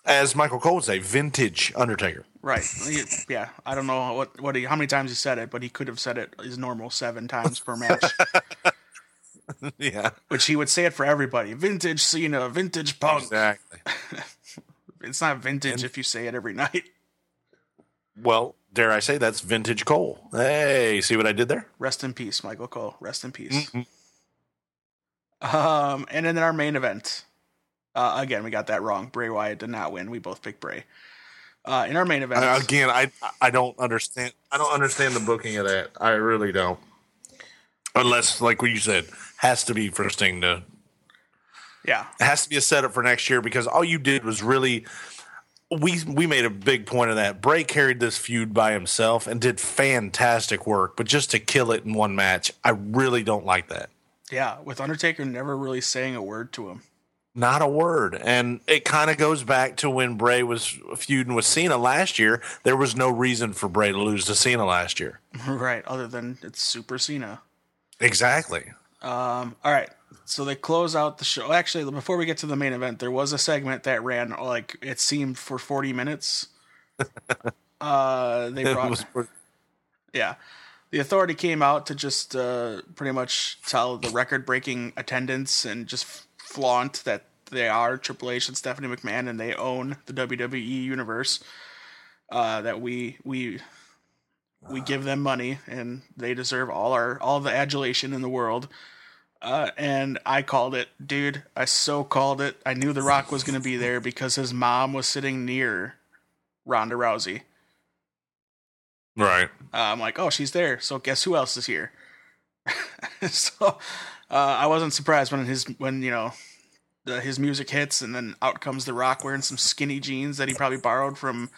[SPEAKER 3] As Michael Cole would say, vintage Undertaker.
[SPEAKER 1] Right. He- yeah. I don't know what what he how many times he said it, but he could have said it his normal seven times per match,
[SPEAKER 3] yeah,
[SPEAKER 1] which he would say it for everybody. Vintage Cena, vintage
[SPEAKER 3] Oh,
[SPEAKER 1] Punk.
[SPEAKER 3] exactly.
[SPEAKER 1] It's not vintage if you say it every night.
[SPEAKER 3] Well, dare I say that's vintage Cole? Hey, see what I did there?
[SPEAKER 1] Rest in peace, Michael Cole. Rest in peace.
[SPEAKER 3] Mm-hmm.
[SPEAKER 1] Um, and then our main event. Uh, again, we got that wrong. Bray Wyatt did not win. We both picked Bray. Uh, in our main event,
[SPEAKER 3] I- again, I I don't understand. I don't understand the booking of that. I really don't. Unless, like what you said, has to be for Sting to
[SPEAKER 1] yeah,
[SPEAKER 3] it has to be a setup for next year because all you did was really we we made a big point of that. Bray carried this feud by himself and did fantastic work, but just to kill it in one match, I really don't like that.
[SPEAKER 1] yeah, with Undertaker never really saying a word to him.
[SPEAKER 3] Not a word. And it kind of goes back to when Bray was feuding with Cena last year. There was no reason for Bray to lose to Cena last year.
[SPEAKER 1] right. Other than it's Super Cena.
[SPEAKER 3] Exactly.
[SPEAKER 1] Um, All right. So they close out the show. Actually, before we get to the main event, there was a segment that ran like it seemed for 40 minutes. uh, they
[SPEAKER 3] It
[SPEAKER 1] brought
[SPEAKER 3] was pretty-
[SPEAKER 1] yeah. The authority came out to just uh, pretty much tell the record-breaking attendance and just flaunt that they are Triple H and Stephanie McMahon and they own the WWE universe. Uh, that we we we give them money and they deserve all our all the adulation in the world. Uh, and I called it, dude. I so called it. I knew The Rock was going to be there because his mom was sitting near Ronda Rousey.
[SPEAKER 3] right.
[SPEAKER 1] Uh, I'm like, oh, she's there. So guess who else is here? so uh, I wasn't surprised when his when you know the, his music hits and then out comes The Rock wearing some skinny jeans that he probably borrowed from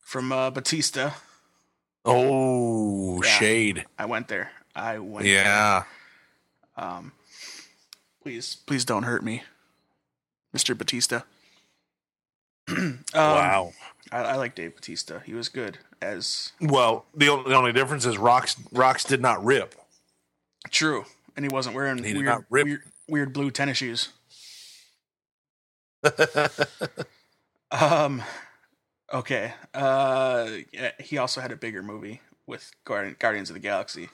[SPEAKER 1] from uh, Batista.
[SPEAKER 3] Oh,
[SPEAKER 1] Yeah.
[SPEAKER 3] shade.
[SPEAKER 1] I went there. I went. there. Um,
[SPEAKER 3] Yeah.
[SPEAKER 1] Please, please don't hurt me, Mr. Batista. Um,
[SPEAKER 3] wow.
[SPEAKER 1] I, I like Dave Batista. He was good as
[SPEAKER 3] Well, the only, the only difference is Rocks Rocks did not rip.
[SPEAKER 1] true, and he wasn't wearing
[SPEAKER 3] He did
[SPEAKER 1] weird,
[SPEAKER 3] not rip.
[SPEAKER 1] weird weird blue tennis shoes. um, okay. Uh, yeah, he also had a bigger movie with Guardian, Guardians of the Galaxy,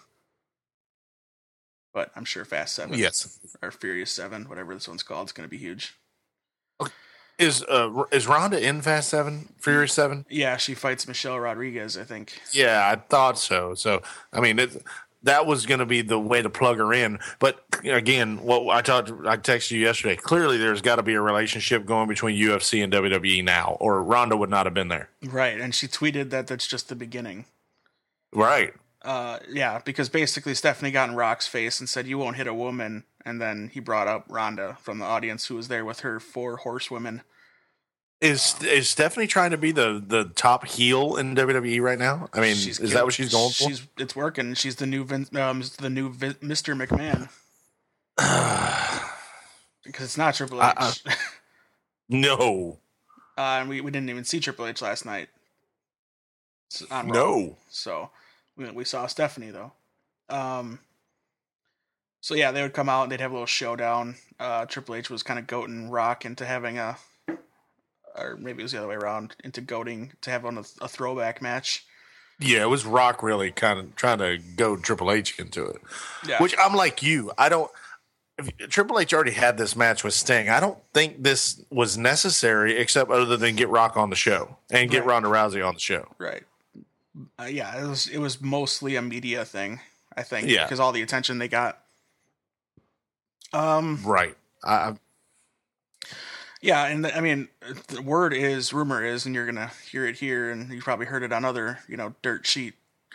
[SPEAKER 1] but I'm sure Fast Seven
[SPEAKER 3] Yes.
[SPEAKER 1] or Furious Seven, whatever this one's called, is going to be huge.
[SPEAKER 3] Is uh is Rhonda in Fast Seven, Furious Seven?
[SPEAKER 1] Yeah, she fights Michelle Rodriguez, I think.
[SPEAKER 3] Yeah, I thought so. So I mean, it, that was going to be the way to plug her in. But again, what I talked, I texted you yesterday. Clearly, there's got to be a relationship going between UFC and WWE now, or Rhonda would not have been there.
[SPEAKER 1] Right, and she tweeted that that's just the beginning.
[SPEAKER 3] Right.
[SPEAKER 1] Uh, yeah, because basically Stephanie got in Rock's face and said, "You won't hit a woman," and then he brought up Rhonda from the audience, who was there with her four horsewomen.
[SPEAKER 3] Is is Stephanie trying to be the the top heel in WWE right now? I mean, is that what she's going for?
[SPEAKER 1] She's it's working. She's the new Vin, um, the new Vin, Mr. McMahon. Because it's not Triple H,
[SPEAKER 3] I- no,
[SPEAKER 1] uh, and we, we didn't even see Triple H last night. S- on Raw.
[SPEAKER 3] no.
[SPEAKER 1] So we, we saw Stephanie though. Um, so yeah, they would come out and they'd have a little showdown. Uh, Triple H was kind of goading Rock into having a, or maybe it was the other way around, into goading to have on a, a throwback match.
[SPEAKER 3] Yeah, it was Rock really kind of trying to go Triple H into it.
[SPEAKER 1] Yeah.
[SPEAKER 3] Which I'm like you. I don't. If, Triple H already had this match with Sting. I don't think this was necessary, except other than get Rock on the show and get
[SPEAKER 1] Right.
[SPEAKER 3] Ronda Rousey on the show.
[SPEAKER 1] Right. Uh, yeah, it was it was mostly a media thing, I think.
[SPEAKER 3] Yeah.
[SPEAKER 1] Because all the attention they got. Um.
[SPEAKER 3] Right. I, I-
[SPEAKER 1] Yeah, and I mean, the word is, rumor is, and you're gonna hear it here, and you probably heard it on other, you know, dirt sheet,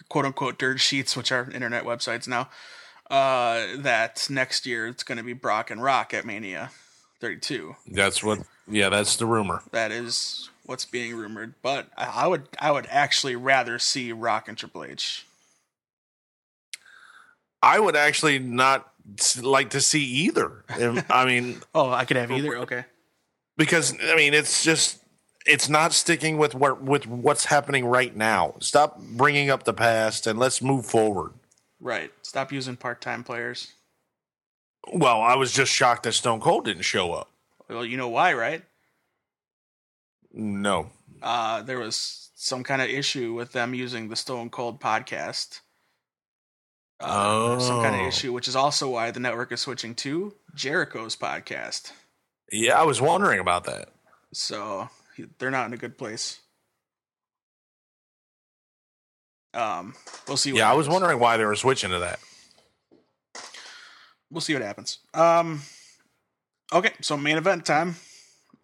[SPEAKER 1] quote unquote, dirt sheets, which are internet websites now. Uh, that next year it's gonna be Brock and Rock at Mania 32.
[SPEAKER 3] That's what. Yeah, that's the rumor.
[SPEAKER 1] That is what's being rumored, but I, I would, I would actually rather see Rock and Triple H.
[SPEAKER 3] I would actually not s- like to see either. If- I mean,
[SPEAKER 1] Oh, I could have either. Okay.
[SPEAKER 3] because I mean, it's just it's not sticking with what with what's happening right now. Stop bringing up the past and let's move forward.
[SPEAKER 1] Right. Stop using part-time players.
[SPEAKER 3] Well, I was just shocked that Stone Cold didn't show up.
[SPEAKER 1] Well, you know why, right?
[SPEAKER 3] No,
[SPEAKER 1] uh, there was some kind of issue with them using the Stone Cold podcast. Uh, Some kind of
[SPEAKER 3] Oh.
[SPEAKER 1] issue, which is also why the network is switching to Jericho's podcast.
[SPEAKER 3] yeah, I was wondering about that.
[SPEAKER 1] So he- they're not in a good place. Um, we'll see. What
[SPEAKER 3] Yeah, I was
[SPEAKER 1] happens.
[SPEAKER 3] wondering why they were switching to that.
[SPEAKER 1] We'll see what happens. Um, okay, so main event time.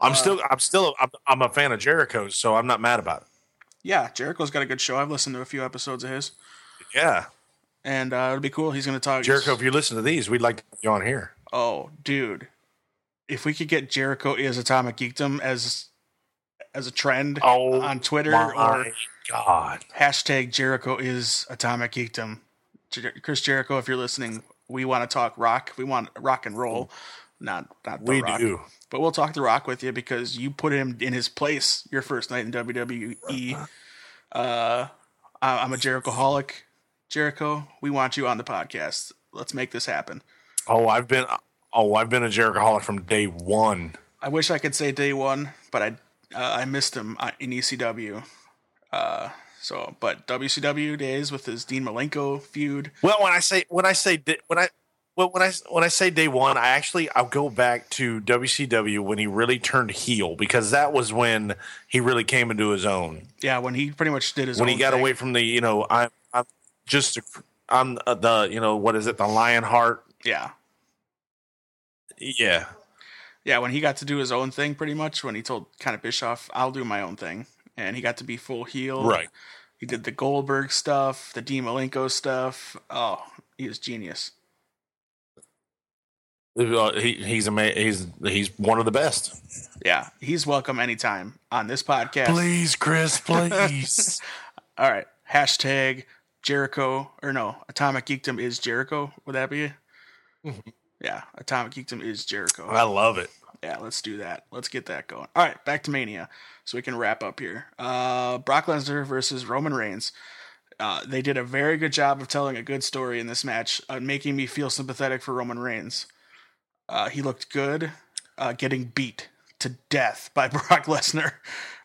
[SPEAKER 3] I'm still, I'm still, I'm, I'm a fan of Jericho's, so I'm not mad about it.
[SPEAKER 1] Yeah, Jericho's got a good show. I've listened to a few episodes of his,
[SPEAKER 3] Yeah,
[SPEAKER 1] and uh, it'll be cool. He's going to talk
[SPEAKER 3] Jericho, if you listen to these, we'd like to have you on here.
[SPEAKER 1] Oh, dude. If we could get Jericho is Atomic Geekdom as as a trend
[SPEAKER 3] Oh,
[SPEAKER 1] on Twitter
[SPEAKER 3] My
[SPEAKER 1] or
[SPEAKER 3] God,
[SPEAKER 1] hashtag Jericho is Atomic Geekdom. Jer- Chris Jericho, if you're listening, we want to talk rock. We want rock and roll, not not the
[SPEAKER 3] we
[SPEAKER 1] rock.
[SPEAKER 3] do.
[SPEAKER 1] But we'll talk the rock with you because you put him in his place your first night in WWE. Uh, I- I'm a Jericho holic. Jericho, we want you on the podcast. Let's make this happen.
[SPEAKER 3] Oh, I've been, oh, I've been a Jerichoholic from day one.
[SPEAKER 1] I wish I could say day one, but I uh, I missed him uh, in ECW. Uh, so, but WCW days with his Dean Malenko feud.
[SPEAKER 3] Well, when I say when I say di- when I well when I when I say day one, I actually I'll go back to WCW when he really turned heel because that was when he really came into his own.
[SPEAKER 1] Yeah, when he pretty much did his
[SPEAKER 3] when
[SPEAKER 1] own
[SPEAKER 3] he got
[SPEAKER 1] thing.
[SPEAKER 3] away from the you know I'm I'm just a, I'm uh, the you know what is it the lion heart
[SPEAKER 1] Yeah,
[SPEAKER 3] yeah
[SPEAKER 1] yeah, when he got to do his own thing, pretty much. When he told kind of Bischoff, "I'll do my own thing," and he got to be full heel.
[SPEAKER 3] right
[SPEAKER 1] He did the Goldberg stuff, the Dean Malenko stuff. Oh, he was genius.
[SPEAKER 3] Uh, he, he's ama- he's he's one of the best.
[SPEAKER 1] Yeah, he's welcome anytime on this podcast.
[SPEAKER 3] Please, Chris, please.
[SPEAKER 1] All right. Hashtag Jericho or no, Atomic Geekdom is Jericho. Would that be it? Yeah, Atomic Geekdom is Jericho.
[SPEAKER 3] I love it.
[SPEAKER 1] Yeah, let's do that. Let's get that going. All right, back to Mania, so we can wrap up here. Uh, Brock Lesnar versus Roman Reigns. Uh, they did a very good job of telling a good story in this match, uh, making me feel sympathetic for Roman Reigns. Uh, he looked good, uh, getting beat to death by Brock Lesnar.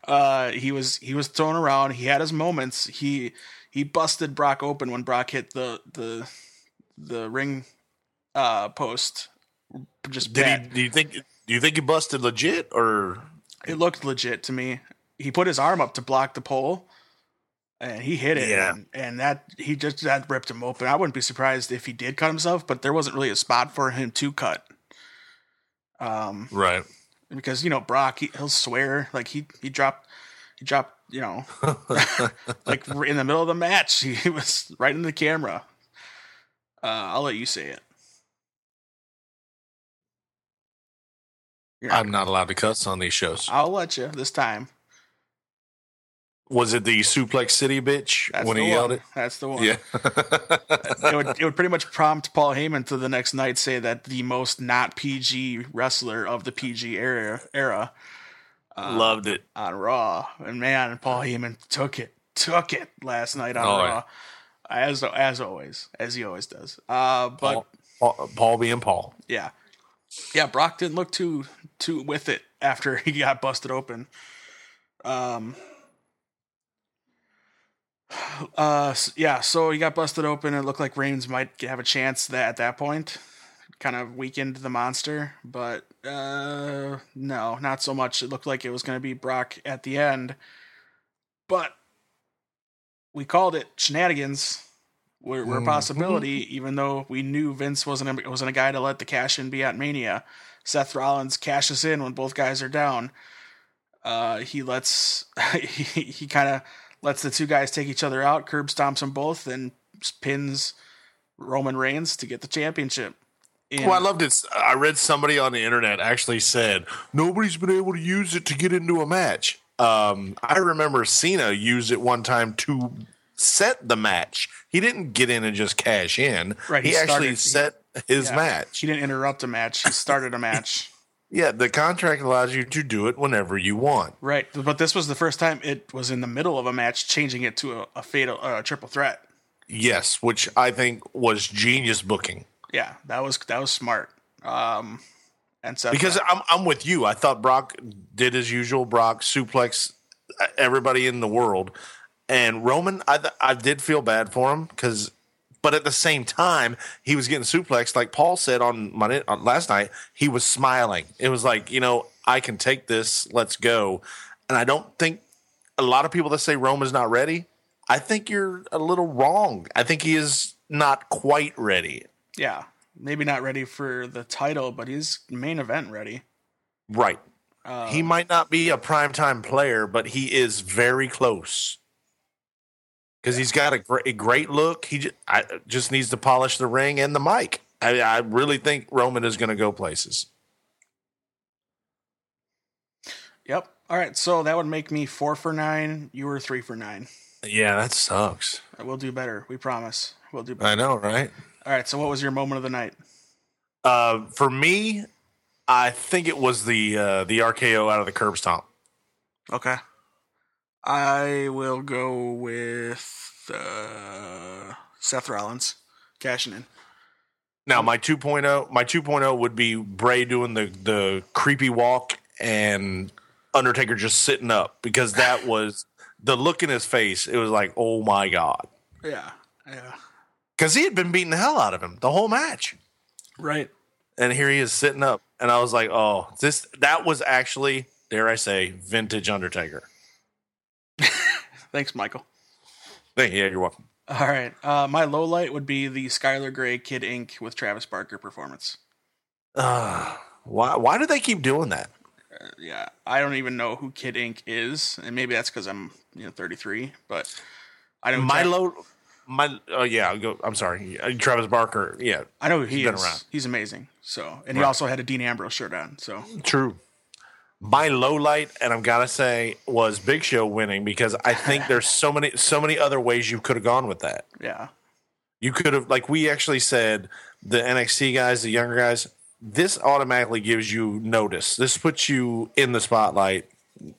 [SPEAKER 1] Uh, he was he was thrown around. He had his moments. He he busted Brock open when Brock hit the the the ring uh, post. Just
[SPEAKER 3] Did
[SPEAKER 1] bad.
[SPEAKER 3] he? Do you think? Do you think he busted legit or?
[SPEAKER 1] It looked legit to me. He put his arm up to block the pole, and he hit it.
[SPEAKER 3] Yeah.
[SPEAKER 1] And, and that he just that ripped him open. I wouldn't be surprised if he did cut himself, but there wasn't really a spot for him to cut. Um,
[SPEAKER 3] Right.
[SPEAKER 1] because you know Brock, he, he'll swear like he he dropped he dropped you know like in the middle of the match he was right in the camera. Uh, I'll let you say it. You're not-
[SPEAKER 3] I'm not allowed to cuss on these shows.
[SPEAKER 1] I'll let you this time.
[SPEAKER 3] Was it the Suplex City bitch
[SPEAKER 1] That's
[SPEAKER 3] when
[SPEAKER 1] the
[SPEAKER 3] he
[SPEAKER 1] one.
[SPEAKER 3] yelled it?
[SPEAKER 1] That's the one.
[SPEAKER 3] Yeah.
[SPEAKER 1] it would it would pretty much prompt Paul Heyman to the next night say that the most not PG wrestler of the PG era era uh,
[SPEAKER 3] Loved it.
[SPEAKER 1] on Raw. And man, Paul Heyman took it. Took it last night on
[SPEAKER 3] Oh,
[SPEAKER 1] Raw. As as always, as he always does. Uh but
[SPEAKER 3] Paul, Paul, Paul being Paul.
[SPEAKER 1] yeah. Yeah, Brock didn't look too too with it after he got busted open. Um uh s- yeah, so he got busted open and it looked like Reigns might have a chance that at that point kind of weakened the monster, but uh no, not so much. It looked like it was going to be Brock at the end. But we called it shenanigans were, were a possibility, even though we knew Vince wasn't a, wasn't a guy to let the cash in be at Mania. Seth Rollins cashes in when both guys are down. Uh, he lets he, he kind of lets the two guys take each other out, curb stomps them both, and pins Roman Reigns to get the championship. And-
[SPEAKER 3] Well, I loved it. I read somebody on the internet actually said nobody's been able to use it to get into a match. Um, I remember Cena used it one time to set the match. He didn't get in and just cash in.
[SPEAKER 1] Right,
[SPEAKER 3] He,
[SPEAKER 1] he
[SPEAKER 3] actually
[SPEAKER 1] started-
[SPEAKER 3] set his
[SPEAKER 1] Yeah.
[SPEAKER 3] match.
[SPEAKER 1] He didn't interrupt a match. He started a match.
[SPEAKER 3] Yeah, the contract allows you to do it whenever you want.
[SPEAKER 1] right. But this was the first time it was in the middle of a match, changing it to a, a fatal uh, triple threat.
[SPEAKER 3] Yes, which I think was genius booking.
[SPEAKER 1] Yeah, that was that was smart. Um, and so
[SPEAKER 3] Because I'm I'm with you. I thought Brock did his usual Brock suplex uh, everybody in the world, and Roman. I th- I did feel bad for him because, but at the same time, he was getting suplexed. Like Paul said on Monday on last night, he was smiling. It was like you know I can take this. Let's go. And I don't think a lot of people that say Roman's not ready. I think you're a little wrong. I think he is not quite ready.
[SPEAKER 1] yeah, maybe not ready for the title, but he's main event ready. Um,
[SPEAKER 3] Right. he might not be a primetime player, but he is very close. Because he's got a great, a great look. He just, I, just needs to polish the ring and the mic. I, I really think Roman is going to go places.
[SPEAKER 1] Yep. All right, so that would make me four for nine. You were three for nine.
[SPEAKER 3] Yeah, that sucks.
[SPEAKER 1] We'll do better. We promise. We'll do better.
[SPEAKER 3] I know, right?
[SPEAKER 1] All right. So, what was your moment of the night?
[SPEAKER 3] Uh, for me, I think it was the uh, the RKO out of the curb stomp.
[SPEAKER 1] Okay. I will go with uh, Seth Rollins cashing in.
[SPEAKER 3] Now my 2.0, my 2.0 would be Bray doing the the creepy walk and Undertaker just sitting up because that was the look in his face. It was like, "Oh my god."
[SPEAKER 1] Yeah. Yeah.
[SPEAKER 3] Cuz he had been beating the hell out of him the whole match.
[SPEAKER 1] Right.
[SPEAKER 3] And here he is sitting up and I was like, "Oh, this that was actually, dare I say, vintage Undertaker."
[SPEAKER 1] Thanks, Michael.
[SPEAKER 3] Thank you. Yeah, you're welcome.
[SPEAKER 1] All right. Uh, my low light would be the Skylar Gray Kid Inc. with Travis Barker performance.
[SPEAKER 3] Uh, why why do they keep doing that?
[SPEAKER 1] Uh, Yeah, I don't even know who Kid Inc. is, and maybe that's because I'm you know 33, but I don't.
[SPEAKER 3] My low my oh yeah, I'll go, I'm sorry. Travis Barker. Yeah.
[SPEAKER 1] I know who he
[SPEAKER 3] been
[SPEAKER 1] is.
[SPEAKER 3] around.
[SPEAKER 1] He's amazing. So, and he
[SPEAKER 3] Right.
[SPEAKER 1] also had a Dean Ambrose shirt on. So,
[SPEAKER 3] True. My low light, and I'm gotta say, was Big Show winning because I think there's so many so many other ways you could have gone with that.
[SPEAKER 1] yeah,
[SPEAKER 3] You could have like we actually said the NXT guys, the younger guys, this automatically gives you notice. This puts you in the spotlight.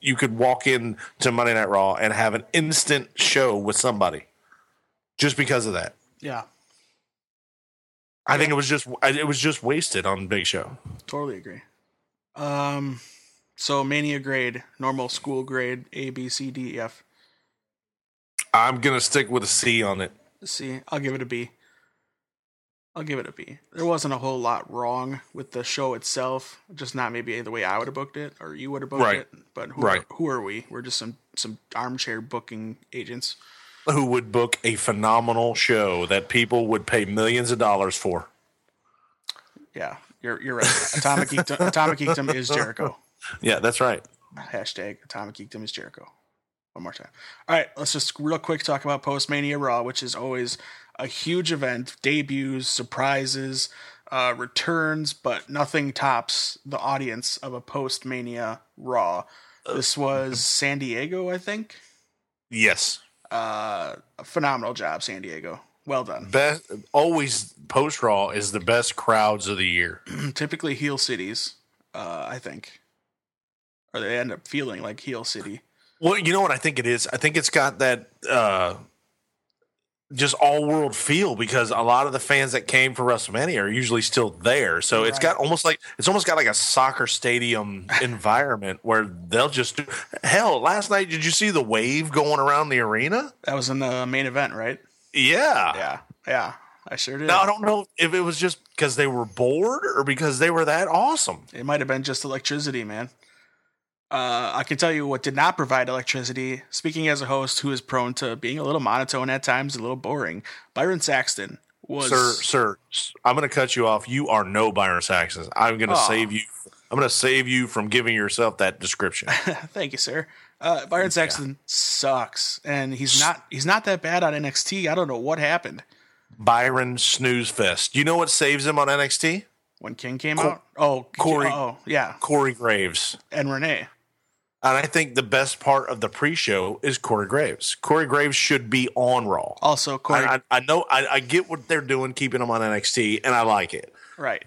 [SPEAKER 3] You could walk in to Monday Night Raw and have an instant show with somebody just because of that.
[SPEAKER 1] yeah,
[SPEAKER 3] I think it was just it was just wasted on Big Show.
[SPEAKER 1] totally agree. Um, so mania grade, normal school grade, A, B, C, D, E, F,
[SPEAKER 3] I'm gonna stick with a C on it.
[SPEAKER 1] C. I'll give it a B. I'll give it a B. There wasn't a whole lot wrong with the show itself, just not maybe the way I would have booked it or you would have booked
[SPEAKER 3] Right.
[SPEAKER 1] it. But who,
[SPEAKER 3] Right.
[SPEAKER 1] who are we? We're just some some armchair booking agents.
[SPEAKER 3] who would book a phenomenal show that people would pay millions of dollars for.
[SPEAKER 1] Yeah, you're you're right. Atomic Geekdom, Atomic Geekdom is Jericho.
[SPEAKER 3] Yeah, that's right.
[SPEAKER 1] Hashtag Atomic Geekdom is Jericho. One more time. All right, let's just real quick talk about Postmania Raw, which is always a huge event. Debuts, surprises, uh, returns, but nothing tops the audience of a Postmania Raw. This was San Diego, I think.
[SPEAKER 3] Yes.
[SPEAKER 1] Uh, a phenomenal job, San Diego. Well done.
[SPEAKER 3] Best always post raw is the best crowds of the year.
[SPEAKER 1] Typically heel cities, uh, I think, or they end up feeling like heel city.
[SPEAKER 3] Well, you know what I think it is? I think it's got that uh just all world feel because a lot of the fans that came for WrestleMania are usually still there. So it's got almost like it's almost got like a soccer stadium environment where they'll just do hell, last night did you see the wave going around the arena?
[SPEAKER 1] That was in the main event, right?
[SPEAKER 3] Yeah.
[SPEAKER 1] Yeah, yeah, I sure did.
[SPEAKER 3] Now I don't know if it was just because they were bored or because they were that awesome.
[SPEAKER 1] It might have been just electricity, man. Uh, I can tell you what did not provide electricity. Speaking as a host who is prone to being a little monotone at times, a little boring, Byron Saxton was.
[SPEAKER 3] sir, sir, s- I'm going to cut you off. You are no Byron Saxon. I'm going to
[SPEAKER 1] Aw.
[SPEAKER 3] save you. I'm going to save you from giving yourself that description.
[SPEAKER 1] Thank you, sir. Uh, Byron Saxton sucks, and he's not he's not that bad on NXT. I don't know what happened
[SPEAKER 3] Byron snooze fest. You know what saves him on NXT?
[SPEAKER 1] when King came out. Oh,
[SPEAKER 3] Corey-
[SPEAKER 1] Oh, yeah,
[SPEAKER 3] Corey Graves.
[SPEAKER 1] and Renee.
[SPEAKER 3] And I think the best part of the pre-show is Corey Graves. Corey Graves should be on Raw.
[SPEAKER 1] Also, Corey.
[SPEAKER 3] I, I, I know I, I get what they're doing, keeping him on NXT, and I like it.
[SPEAKER 1] right.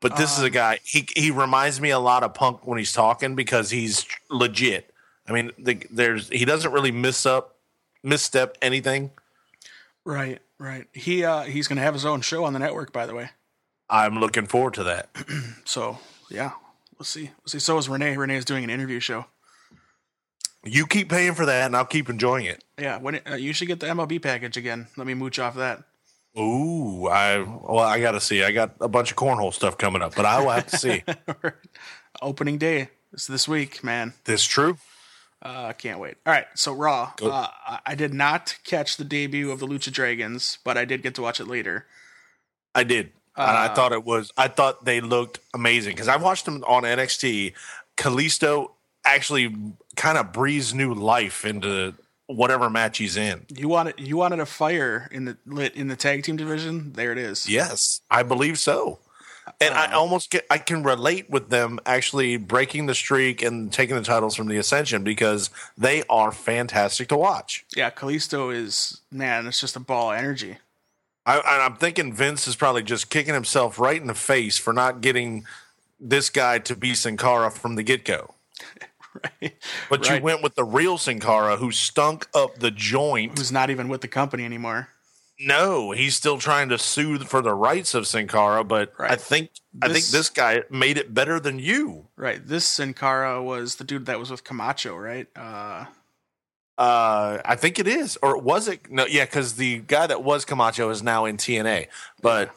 [SPEAKER 3] But this is a guy. He he reminds me a lot of Punk when he's talking because he's legit. I mean, the, there's he doesn't really miss up, misstep anything.
[SPEAKER 1] Right, right. He uh he's gonna have his own show on the network, by the way.
[SPEAKER 3] I'm looking forward to that.
[SPEAKER 1] So yeah, we'll see. We'll see. So is Renee. Renee is doing an interview show.
[SPEAKER 3] You keep paying for that, and I'll keep enjoying it.
[SPEAKER 1] Yeah, when it, uh, you should get the MLB package again. Let me mooch off that.
[SPEAKER 3] Ooh, I well, I got to see. I got a bunch of cornhole stuff coming up, but I will have to see.
[SPEAKER 1] Opening day is this week, man.
[SPEAKER 3] this true?
[SPEAKER 1] Uh, can't wait. All right, so Raw. Uh, I- I did not catch the debut of the Lucha Dragons, but I did get to watch it later.
[SPEAKER 3] I did. and I thought it was. I thought they looked amazing because I watched them on NXT. Kalisto actually kind of breathes new life into whatever match he's in.
[SPEAKER 1] You wanted you wanted a fire in the lit in the tag team division. There it is.
[SPEAKER 3] Yes, I believe so. And
[SPEAKER 1] Uh-huh.
[SPEAKER 3] I almost get, I can relate with them actually breaking the streak and taking the titles from the Ascension because they are fantastic to watch.
[SPEAKER 1] Yeah, Kalisto is man. It's just a ball of energy.
[SPEAKER 3] I, and I'm thinking Vince is probably just kicking himself right in the face for not getting this guy to be Sin Cara from the get go.
[SPEAKER 1] Right.
[SPEAKER 3] But
[SPEAKER 1] Right.
[SPEAKER 3] you went with the real Sin Cara who stunk up the joint.
[SPEAKER 1] Who's not even with the company anymore.
[SPEAKER 3] No, he's still trying to sue for the rights of Sin Cara, but I
[SPEAKER 1] Right.
[SPEAKER 3] think I think
[SPEAKER 1] This-
[SPEAKER 3] this guy made it better than you.
[SPEAKER 1] Right. This Sin Cara was the dude that was with Camacho, right? Uh,
[SPEAKER 3] Uh, I think it is, or was it? No, yeah, because the guy that was Camacho is now in TNA. But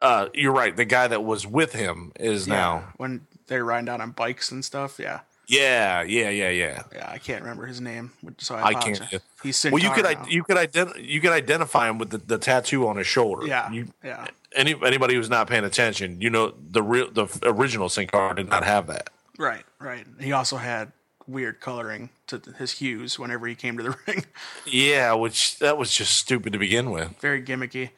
[SPEAKER 3] uh, you're right. The guy that was with him is now.
[SPEAKER 1] when they're riding down on bikes and stuff. Yeah.
[SPEAKER 3] Yeah, yeah, yeah, yeah.
[SPEAKER 1] Yeah, I can't remember his name. So I,
[SPEAKER 3] I can't
[SPEAKER 1] apologize.
[SPEAKER 3] either.
[SPEAKER 1] He's Sin
[SPEAKER 3] Well, you could
[SPEAKER 1] Cara
[SPEAKER 3] i-
[SPEAKER 1] now.
[SPEAKER 3] you could ident- you could identify him with the, the tattoo on his shoulder.
[SPEAKER 1] yeah.
[SPEAKER 3] You-
[SPEAKER 1] yeah.
[SPEAKER 3] any anybody who's not paying attention, you know the real the original Sin Cara did not have that.
[SPEAKER 1] Right. Right. He also had weird coloring to his hues whenever he came to the ring.
[SPEAKER 3] Yeah, which that was just stupid to begin with.
[SPEAKER 1] Very gimmicky.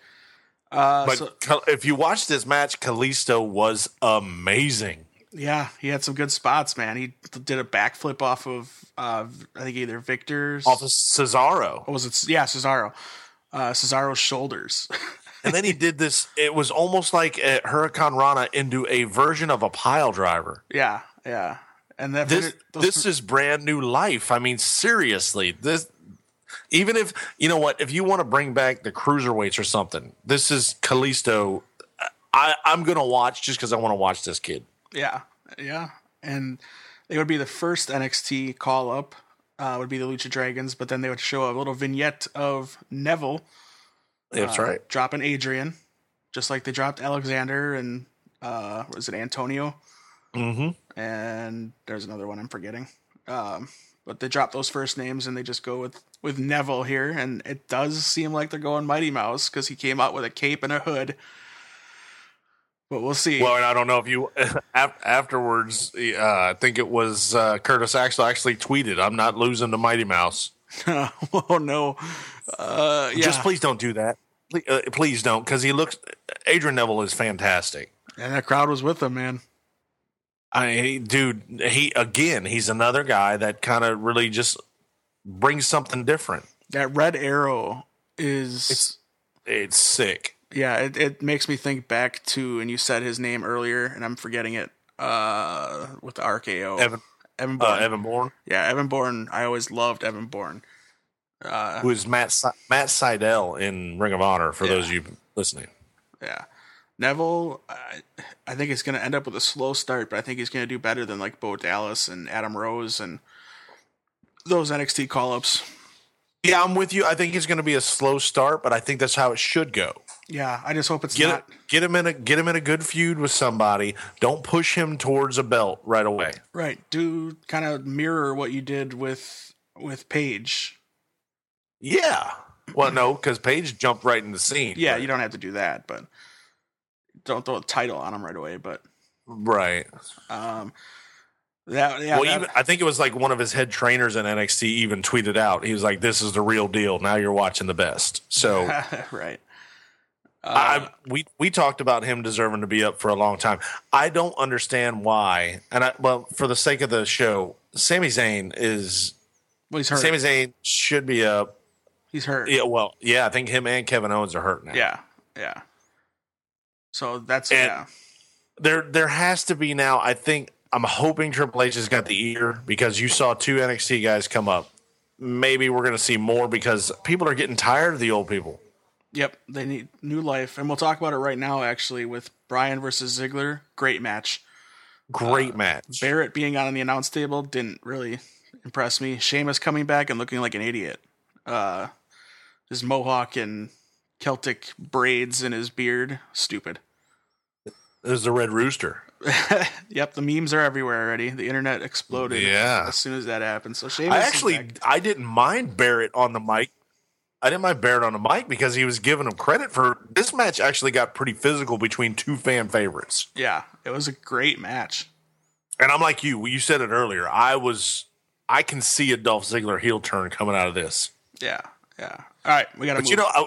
[SPEAKER 1] Uh,
[SPEAKER 3] But
[SPEAKER 1] so-
[SPEAKER 3] Cal- if you watch this match, Kalisto was amazing.
[SPEAKER 1] yeah, he had some good spots, man. He t- did a backflip off of, uh, I think either Victor's.
[SPEAKER 3] Off of Cesaro.
[SPEAKER 1] what was it? Yeah, Cesaro. Uh, Cesaro's shoulders.
[SPEAKER 3] And then he did this. It was almost like a Hurricane Rana into a version of a pile driver.
[SPEAKER 1] Yeah, yeah. And that
[SPEAKER 3] This
[SPEAKER 1] those-
[SPEAKER 3] this is brand new life. I mean, seriously, this. Even if you know what, if you want to bring back the cruiserweights or something, this is Kalisto. I, I'm gonna watch just because I want to watch this kid.
[SPEAKER 1] yeah, yeah. And they would be the first NXT call up. Uh, would be the Lucha Dragons, but then they would show a little vignette of Neville
[SPEAKER 3] That's right.
[SPEAKER 1] dropping Adrian, just like they dropped Alexander and uh, was it Antonio? Mm-hmm. And there's another one I'm forgetting. Um, but they drop those first names and they just go with with Neville here, and it does seem like they're going Mighty Mouse because he came out with a cape and a hood. But we'll see.
[SPEAKER 3] Well, and I don't know if you af- afterwards. Uh, I think it was uh, Curtis Axel actually tweeted, "I'm not losing to Mighty Mouse.
[SPEAKER 1] oh no! Uh, yeah.
[SPEAKER 3] Just please don't do that. Ple- uh, Please don't, because he looks. Adrian Neville is fantastic.
[SPEAKER 1] and that crowd was with him, man.
[SPEAKER 3] I he, dude, he again, he's another guy that kind of really just brings something different.
[SPEAKER 1] That red arrow is
[SPEAKER 3] It's sick.
[SPEAKER 1] yeah. It, it makes me think back to and you said his name earlier, and I'm forgetting it. Uh, with the RKO,
[SPEAKER 3] Evan
[SPEAKER 1] Evan
[SPEAKER 3] uh,
[SPEAKER 1] Bourne.
[SPEAKER 3] Evan Bourne,
[SPEAKER 1] Yeah, Evan Bourne. I always loved Evan Bourne. Uh.
[SPEAKER 3] who is Matt Si- Matt Seidel in Ring of Honor. For those of you listening,
[SPEAKER 1] Yeah. Neville, I, I think it's going to end up with a slow start, but I think he's going to do better than like Bo Dallas and Adam Rose and those NXT call ups.
[SPEAKER 3] yeah, I'm with you. I think it's going to be a slow start, but I think that's how it should go.
[SPEAKER 1] Yeah, I just hope it's
[SPEAKER 3] Get
[SPEAKER 1] not
[SPEAKER 3] get him in a get him in a good feud with somebody. Don't push him towards a belt right away.
[SPEAKER 1] right. Do kind of mirror what you did with with Paige.
[SPEAKER 3] Yeah. Well, no, because Paige jumped right in the scene.
[SPEAKER 1] Yeah, you don't have to do that, but don't throw a title on him right away. But
[SPEAKER 3] right.
[SPEAKER 1] um, that yeah,
[SPEAKER 3] well,
[SPEAKER 1] that-
[SPEAKER 3] even, I think it was like one of his head trainers in NXT even tweeted out. He was like, "This is the real deal. Now you're watching the best." So
[SPEAKER 1] Uh, right. Uh,
[SPEAKER 3] I, we we talked about him deserving to be up for a long time. I don't understand why. And I well, for the sake of the show, Sami Zayn is
[SPEAKER 1] Well, he's hurt.
[SPEAKER 3] Sami Zayn should be up.
[SPEAKER 1] he's hurt. Yeah.
[SPEAKER 3] Yeah, well, yeah, I think him and Kevin Owens are hurt now.
[SPEAKER 1] yeah, So that's
[SPEAKER 3] And-
[SPEAKER 1] yeah,
[SPEAKER 3] there there has to be now. I think I'm hoping Triple H has got the ear because you saw two NXT guys come up. Maybe we're going to see more because people are getting tired of the old people.
[SPEAKER 1] yep. They need new life, and we'll talk about it right now. Actually, with Brian versus Ziggler, great match.
[SPEAKER 3] Great match.
[SPEAKER 1] Barrett being on the announce table didn't really impress me. Sheamus coming back and looking like an idiot. Uh, his mohawk and Celtic braids in his beard, stupid.
[SPEAKER 3] It was the Red Rooster.
[SPEAKER 1] Yep, the memes are everywhere already. The internet exploded.
[SPEAKER 3] Yeah.
[SPEAKER 1] as soon as that happened. So Sheamus
[SPEAKER 3] I
[SPEAKER 1] is
[SPEAKER 3] actually
[SPEAKER 1] back.
[SPEAKER 3] I didn't mind Barrett on the mic. I didn't mind Barrett on the mic because he was giving him credit for this match. Actually, got pretty physical between two fan favorites.
[SPEAKER 1] yeah, it was a great match.
[SPEAKER 3] And I'm like you. You said it earlier. I was. I can see a Dolph Ziggler heel turn coming out of this.
[SPEAKER 1] Yeah, yeah. All right, we got to.
[SPEAKER 3] But you know, I,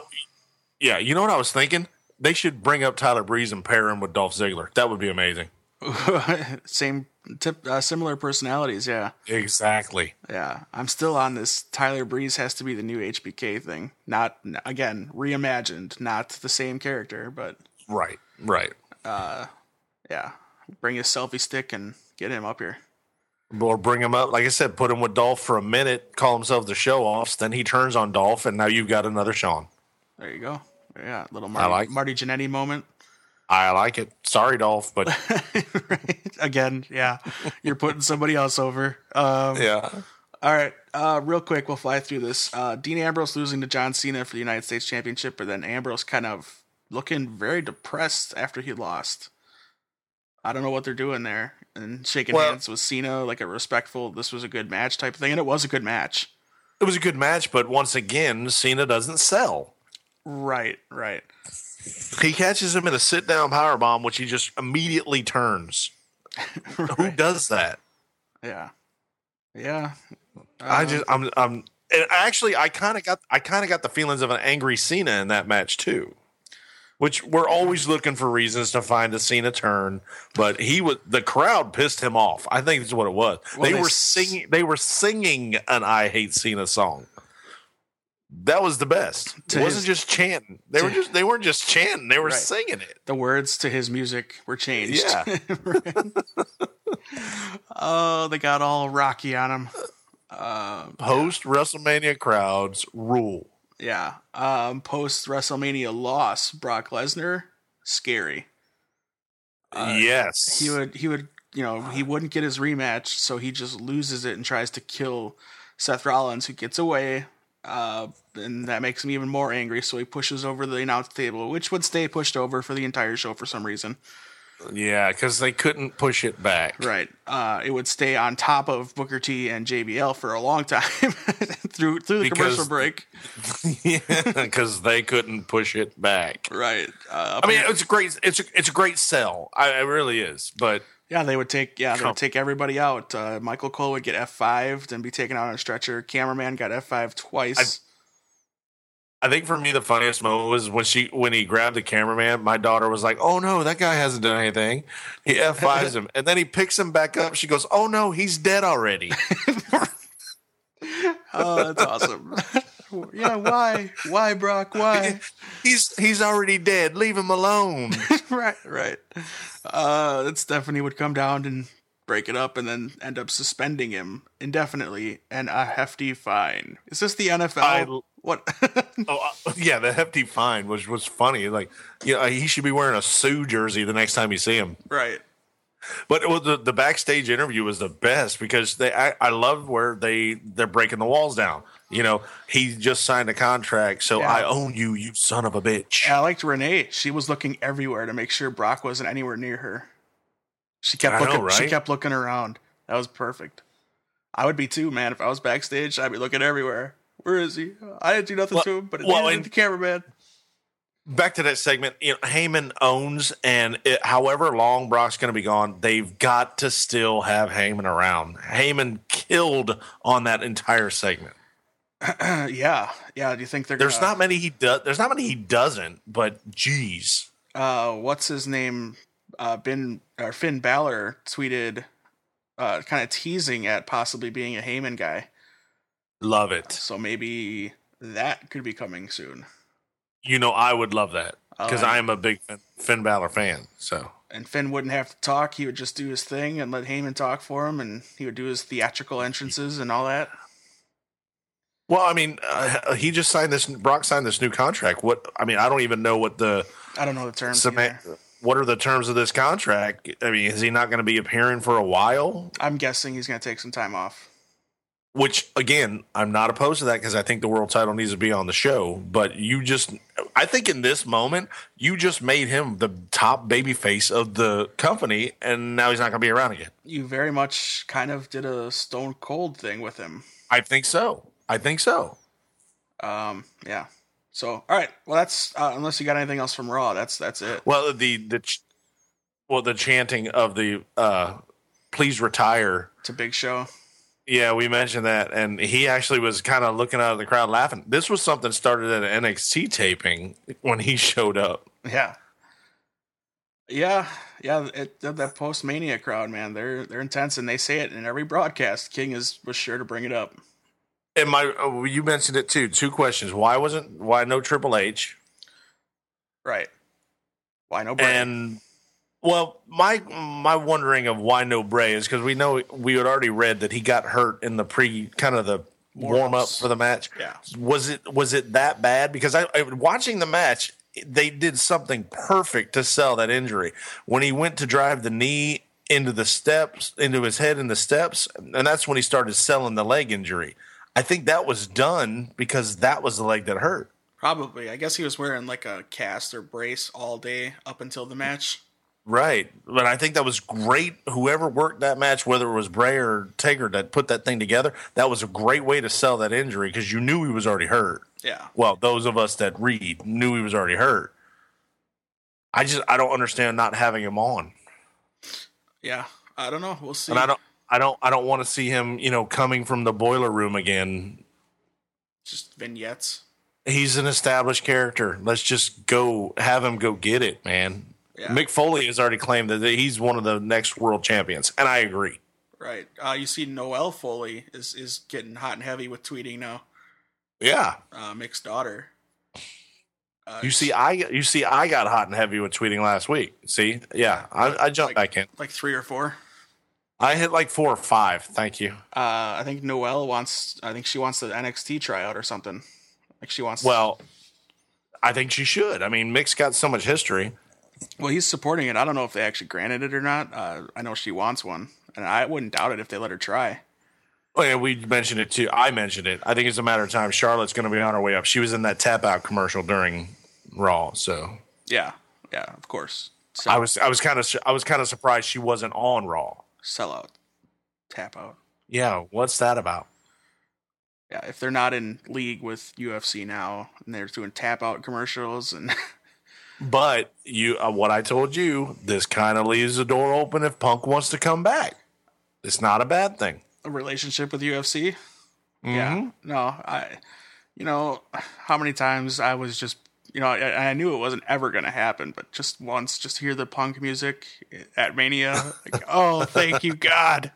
[SPEAKER 3] yeah, you know what I was thinking? They should bring up Tyler Breeze and pair him with Dolph Ziggler. That would be amazing.
[SPEAKER 1] same tip, uh, similar personalities. Yeah,
[SPEAKER 3] Exactly.
[SPEAKER 1] yeah. I'm still on this. Tyler Breeze has to be the new HBK thing. Not n- again reimagined. Not the same character, but
[SPEAKER 3] Right. Right.
[SPEAKER 1] yeah. Bring his selfie stick and get him up here.
[SPEAKER 3] Or bring him up, like I said, put him with Dolph for a minute, call himself the show offs, then he turns on Dolph, and now you've got another Sean.
[SPEAKER 1] There you go. Yeah, little Marty,
[SPEAKER 3] like-
[SPEAKER 1] Marty Jannetty moment.
[SPEAKER 3] I like it. Sorry, Dolph, but
[SPEAKER 1] right? Again, yeah. You're putting somebody else over. Um,
[SPEAKER 3] yeah.
[SPEAKER 1] All right, uh, real quick, we'll fly through this. Uh, Dean Ambrose losing to John Cena for the United States Championship, but then Ambrose kind of looking very depressed after he lost. I don't know what they're doing there. And shaking
[SPEAKER 3] Well-
[SPEAKER 1] hands with Cena, like a respectful, this was a good match type of thing. And it was a good match.
[SPEAKER 3] It was a good match, but once again, Cena doesn't sell.
[SPEAKER 1] Right, right.
[SPEAKER 3] He catches him in a sit down power bomb, which he just immediately turns. Who does that?
[SPEAKER 1] Yeah. Yeah. Uh, Uh-huh.
[SPEAKER 3] I just I'm I'm and actually I kind of got I kind of got the feelings of an angry Cena in that match too. Which we're always looking for reasons to find a Cena turn, but he was the crowd pissed him off. I think that's what it was.
[SPEAKER 1] Well,
[SPEAKER 3] they,
[SPEAKER 1] they
[SPEAKER 3] were
[SPEAKER 1] s-
[SPEAKER 3] singing they were singing an I hate Cena song. That was the best.
[SPEAKER 1] To
[SPEAKER 3] It wasn't
[SPEAKER 1] his-
[SPEAKER 3] just chanting. They were just they weren't just chanting, they were
[SPEAKER 1] Right.
[SPEAKER 3] singing it.
[SPEAKER 1] The words to his music were changed.
[SPEAKER 3] Yeah.
[SPEAKER 1] Oh, they got all rocky on him. Uh,
[SPEAKER 3] Post WrestleMania crowds rule.
[SPEAKER 1] Yeah. Um, Post WrestleMania loss, Brock Lesnar, scary.
[SPEAKER 3] yes.
[SPEAKER 1] Uh, He would, he would, you know, he wouldn't get his rematch, so he just loses it and tries to kill Seth Rollins, who gets away. Uh, and that makes him even more angry, so he pushes over the announce table, which would stay pushed over for the entire show for some reason.
[SPEAKER 3] yeah, because they couldn't push it back.
[SPEAKER 1] Right. Uh, it would stay on top of Booker T and JBL for a long time through through the
[SPEAKER 3] Because-
[SPEAKER 1] commercial break.
[SPEAKER 3] because they couldn't push it back.
[SPEAKER 1] Right. Uh,
[SPEAKER 3] I mean, it's a great, it's a, it's a great sell. I, it really is. But
[SPEAKER 1] Yeah, they would take yeah, they
[SPEAKER 3] Come.
[SPEAKER 1] would take everybody out. Uh, Michael Cole would get F fived and be taken out on a stretcher. Cameraman got F five twice.
[SPEAKER 3] I think for me, the funniest moment was when she, when he grabbed the cameraman. My daughter was like, "Oh no, that guy hasn't done anything." He f fives him, and then he picks him back up. She goes, "Oh no, he's dead already."
[SPEAKER 1] Oh, that's awesome. yeah, why? Why Brock? Why?
[SPEAKER 3] he's he's already dead. Leave him alone.
[SPEAKER 1] right, right. Uh that Stephanie would come down and break it up and then end up suspending him indefinitely and a hefty fine. Is this the NFL?
[SPEAKER 3] I-
[SPEAKER 1] what
[SPEAKER 3] oh uh, yeah, the hefty fine was was funny. Like, yeah, he should be wearing a Sue jersey the next time you see him.
[SPEAKER 1] right.
[SPEAKER 3] But it was the, the backstage interview was the best because they I, I love where they they're breaking the walls down. You know, he just signed a contract, so
[SPEAKER 1] Yeah.
[SPEAKER 3] I own you, you son of a bitch.
[SPEAKER 1] And I liked Renee. She was looking everywhere to make sure Brock wasn't anywhere near her. She kept
[SPEAKER 3] I know,
[SPEAKER 1] looking. She
[SPEAKER 3] right?
[SPEAKER 1] kept looking around. That was perfect. I would be too, man. If I was backstage, I'd be looking everywhere. Where is he? I didn't do nothing
[SPEAKER 3] Well-
[SPEAKER 1] to him, but it
[SPEAKER 3] well,
[SPEAKER 1] well,
[SPEAKER 3] and-
[SPEAKER 1] the cameraman.
[SPEAKER 3] Back to that segment, you know, Heyman owns, and it, however long Brock's going to be gone, they've got to still have Heyman around. Heyman killed on that entire segment.
[SPEAKER 1] Uh, yeah, yeah. Do you think they're
[SPEAKER 3] There's
[SPEAKER 1] gonna,
[SPEAKER 3] not many he does. There's not many he doesn't. But geez,
[SPEAKER 1] uh, what's his name? Uh, ben or Finn Balor tweeted, uh, kind of teasing at possibly being a Heyman guy.
[SPEAKER 3] love it.
[SPEAKER 1] So maybe that could be coming soon.
[SPEAKER 3] You know, I would love that because
[SPEAKER 1] Oh, I-
[SPEAKER 3] I am a big Finn, Finn Balor fan. So
[SPEAKER 1] and Finn wouldn't have to talk. He would just do his thing and let Heyman talk for him, and he would do his theatrical entrances and all that.
[SPEAKER 3] Well, I mean, uh, he just signed this. Brock signed this new contract. What I mean, I don't even know what the
[SPEAKER 1] I don't know the terms.
[SPEAKER 3] cement,
[SPEAKER 1] either.
[SPEAKER 3] what are the terms of this contract. I mean, is he not going to be appearing for a while?
[SPEAKER 1] I'm guessing he's going to take some time off.
[SPEAKER 3] Which again, I'm not opposed to that because I think the world title needs to be on the show. But you just, I think in this moment, you just made him the top babyface of the company, and now he's not going to be around again.
[SPEAKER 1] You very much kind of did a Stone Cold thing with him.
[SPEAKER 3] I think so. I think so.
[SPEAKER 1] Um, yeah. So, all right. Well, that's uh, unless you got anything else from Raw. That's that's it.
[SPEAKER 3] Well, the the ch- well the chanting of the uh, please retire
[SPEAKER 1] It's a big show.
[SPEAKER 3] Yeah, we mentioned that, and he actually was kind of looking out of the crowd laughing. This was something started at an NXT taping when he showed up.
[SPEAKER 1] Yeah. Yeah, yeah. It, that that post mania crowd, man, they're they're intense, and they say it in every broadcast. King is was sure to bring it up.
[SPEAKER 3] And my, oh, you mentioned it too. Two questions: Why wasn't why no Triple H?
[SPEAKER 1] Right. Why no Brady?
[SPEAKER 3] And well, my my wondering of why no Bray is because we know we had already read that he got hurt in the pre kind of the warm up
[SPEAKER 1] Warm-ups.
[SPEAKER 3] for the match.
[SPEAKER 1] Yeah.
[SPEAKER 3] was it was it that bad? Because I, I watching the match, they did something perfect to sell that injury when he went to drive the knee into the steps, into his head in the steps, and that's when he started selling the leg injury. I think that was done because that was the leg that hurt.
[SPEAKER 1] Probably. I guess he was wearing like a cast or brace all day up until the match.
[SPEAKER 3] Right. But I think that was great. Whoever worked that match, whether it was Bray or Taker that put that thing together, that was a great way to sell that injury because you knew he was already hurt.
[SPEAKER 1] Yeah.
[SPEAKER 3] Well, those of us that read knew he was already hurt. I just I don't understand not having him on.
[SPEAKER 1] Yeah. I don't know. We'll see.
[SPEAKER 3] And I don't I don't I don't want to see him, you know, coming from the boiler room again.
[SPEAKER 1] Just vignettes.
[SPEAKER 3] He's an established character. Let's just go have him go get it, man.
[SPEAKER 1] Yeah.
[SPEAKER 3] Mick Foley has already claimed that he's one of the next world champions, and I agree.
[SPEAKER 1] Right. Uh, you see, Noel Foley is, is getting hot and heavy with tweeting now.
[SPEAKER 3] Yeah,
[SPEAKER 1] Uh, Mick's daughter. Uh,
[SPEAKER 3] You see, I you see, I got hot and heavy with tweeting last week. See, yeah, I, I jumped back in.
[SPEAKER 1] like three or four.
[SPEAKER 3] I hit like four or five. Thank you.
[SPEAKER 1] Uh, I think Noel wants. I think she wants the NXT tryout or something. Like she wants.
[SPEAKER 3] Well, I think she should. I mean, Mick's got so much history.
[SPEAKER 1] well, he's supporting it. I don't know if they actually granted it or not. Uh, I know she wants one, and I wouldn't doubt it if they let her try.
[SPEAKER 3] Oh, yeah, we mentioned it too. I mentioned it. I think it's a matter of time. Charlotte's going to be on her way up. She was in that tap out commercial during Raw, so
[SPEAKER 1] Yeah. Yeah. Of course. So.
[SPEAKER 3] I was I was kind of I was kind of surprised she wasn't on Raw.
[SPEAKER 1] sellout, tap out.
[SPEAKER 3] Yeah, what's that about?
[SPEAKER 1] Yeah, if they're not in league with UFC now and they're doing tap out commercials and
[SPEAKER 3] But you, uh, what I told you, this kind of leaves the door open if Punk wants to come back. It's not a bad thing. Mm-hmm.
[SPEAKER 1] a relationship with UFC. Yeah, no, I, you know, how many times I was just, you know, I, I knew it wasn't ever gonna happen, but just once, just hear the punk music at Mania, like, oh, thank you God.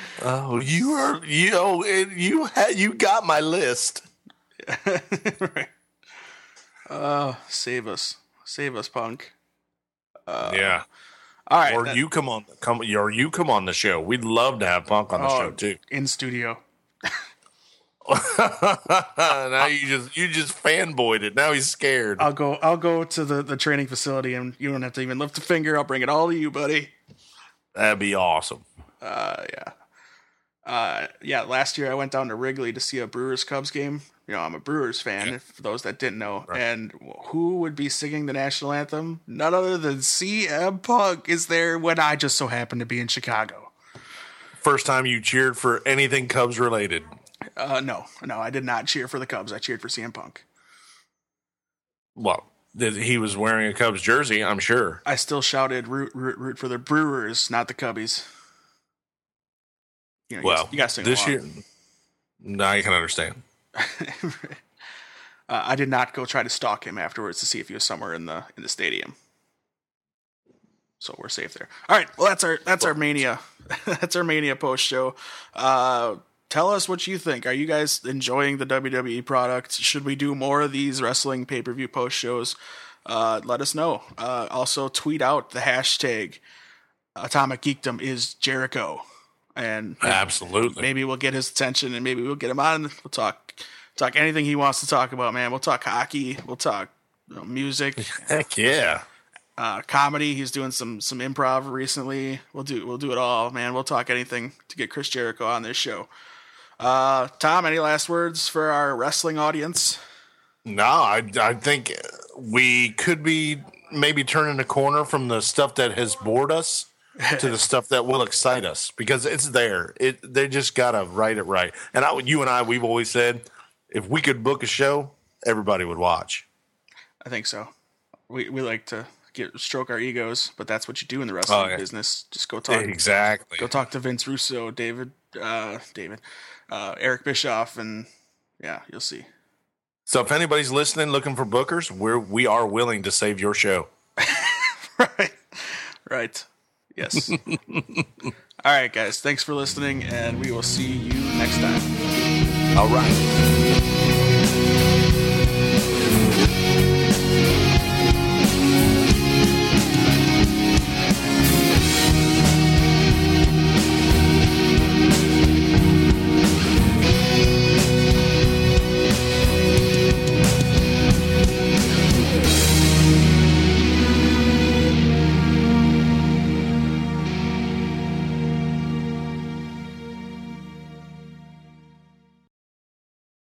[SPEAKER 3] Oh, you are you know it, you ha- you got my list.
[SPEAKER 1] right. Oh, save us, save us, punk.
[SPEAKER 3] yeah,
[SPEAKER 1] All right,
[SPEAKER 3] or
[SPEAKER 1] that-
[SPEAKER 3] you come on come or you come on the show. We'd love to have Punk on the
[SPEAKER 1] oh,
[SPEAKER 3] show too.
[SPEAKER 1] in studio.
[SPEAKER 3] now you just you just fanboyed it. Now he's scared.
[SPEAKER 1] I'll go. I'll go to the, the training facility, and you don't have to even lift a finger. I'll bring it all to you, buddy.
[SPEAKER 3] That'd be awesome.
[SPEAKER 1] Uh, yeah. Uh, yeah, last year I went down to Wrigley to see a Brewers Cubs game. You know, I'm a Brewers fan, for those that didn't know. And who would be singing the national anthem? None other than CM Punk is there when I just so happened to be in Chicago.
[SPEAKER 3] First time you cheered for anything Cubs related.
[SPEAKER 1] Uh, no, no, I did not cheer for the Cubs. I cheered for CM Punk.
[SPEAKER 3] Well, th- he was wearing a Cubs jersey, I'm sure.
[SPEAKER 1] I still shouted "root, root, root" for the Brewers, not the Cubbies. You know, you
[SPEAKER 3] Well,
[SPEAKER 1] gotta- you got to sing
[SPEAKER 3] this
[SPEAKER 1] along.
[SPEAKER 3] year. No, I can understand.
[SPEAKER 1] uh, I did not go try to stalk him afterwards to see if he was somewhere in the in the stadium. So we're safe there. All right. Well, that's our that's our mania. that's our mania post show. Uh, tell us what you think. Are you guys enjoying the WWE product? Should we do more of these wrestling pay per view post shows? Uh, let us know. Uh, also, tweet out the hashtag Atomic Geekdom is Jericho, and
[SPEAKER 3] Absolutely.
[SPEAKER 1] maybe we'll get his attention and maybe we'll get him on. We'll talk talk anything he wants to talk about, man. We'll talk hockey. We'll talk you know, music,
[SPEAKER 3] Heck yeah.
[SPEAKER 1] uh, comedy. He's doing some some improv recently. We'll do we'll do it all, man. We'll talk anything to get Chris Jericho on this show. Uh, Tom, any last words for our wrestling audience?
[SPEAKER 3] No, I, I think we could be maybe turning a corner from the stuff that has bored us to the stuff that will excite us because it's there. It they just gotta write it right. And I, you and I, we've always said if we could book a show, everybody would watch.
[SPEAKER 1] I think so. We we like to get stroke our egos, but that's what you do in the wrestling
[SPEAKER 3] Oh, yeah.
[SPEAKER 1] business. Just go talk
[SPEAKER 3] Exactly.
[SPEAKER 1] go talk to Vince Russo, David, uh, David, uh, Eric Bischoff, and yeah, you'll see.
[SPEAKER 3] So if anybody's listening looking for bookers, we're we are willing to save your show.
[SPEAKER 1] right, right, yes. All right, guys, thanks for listening, and we will see you next time.
[SPEAKER 3] All right.
[SPEAKER 2] Thank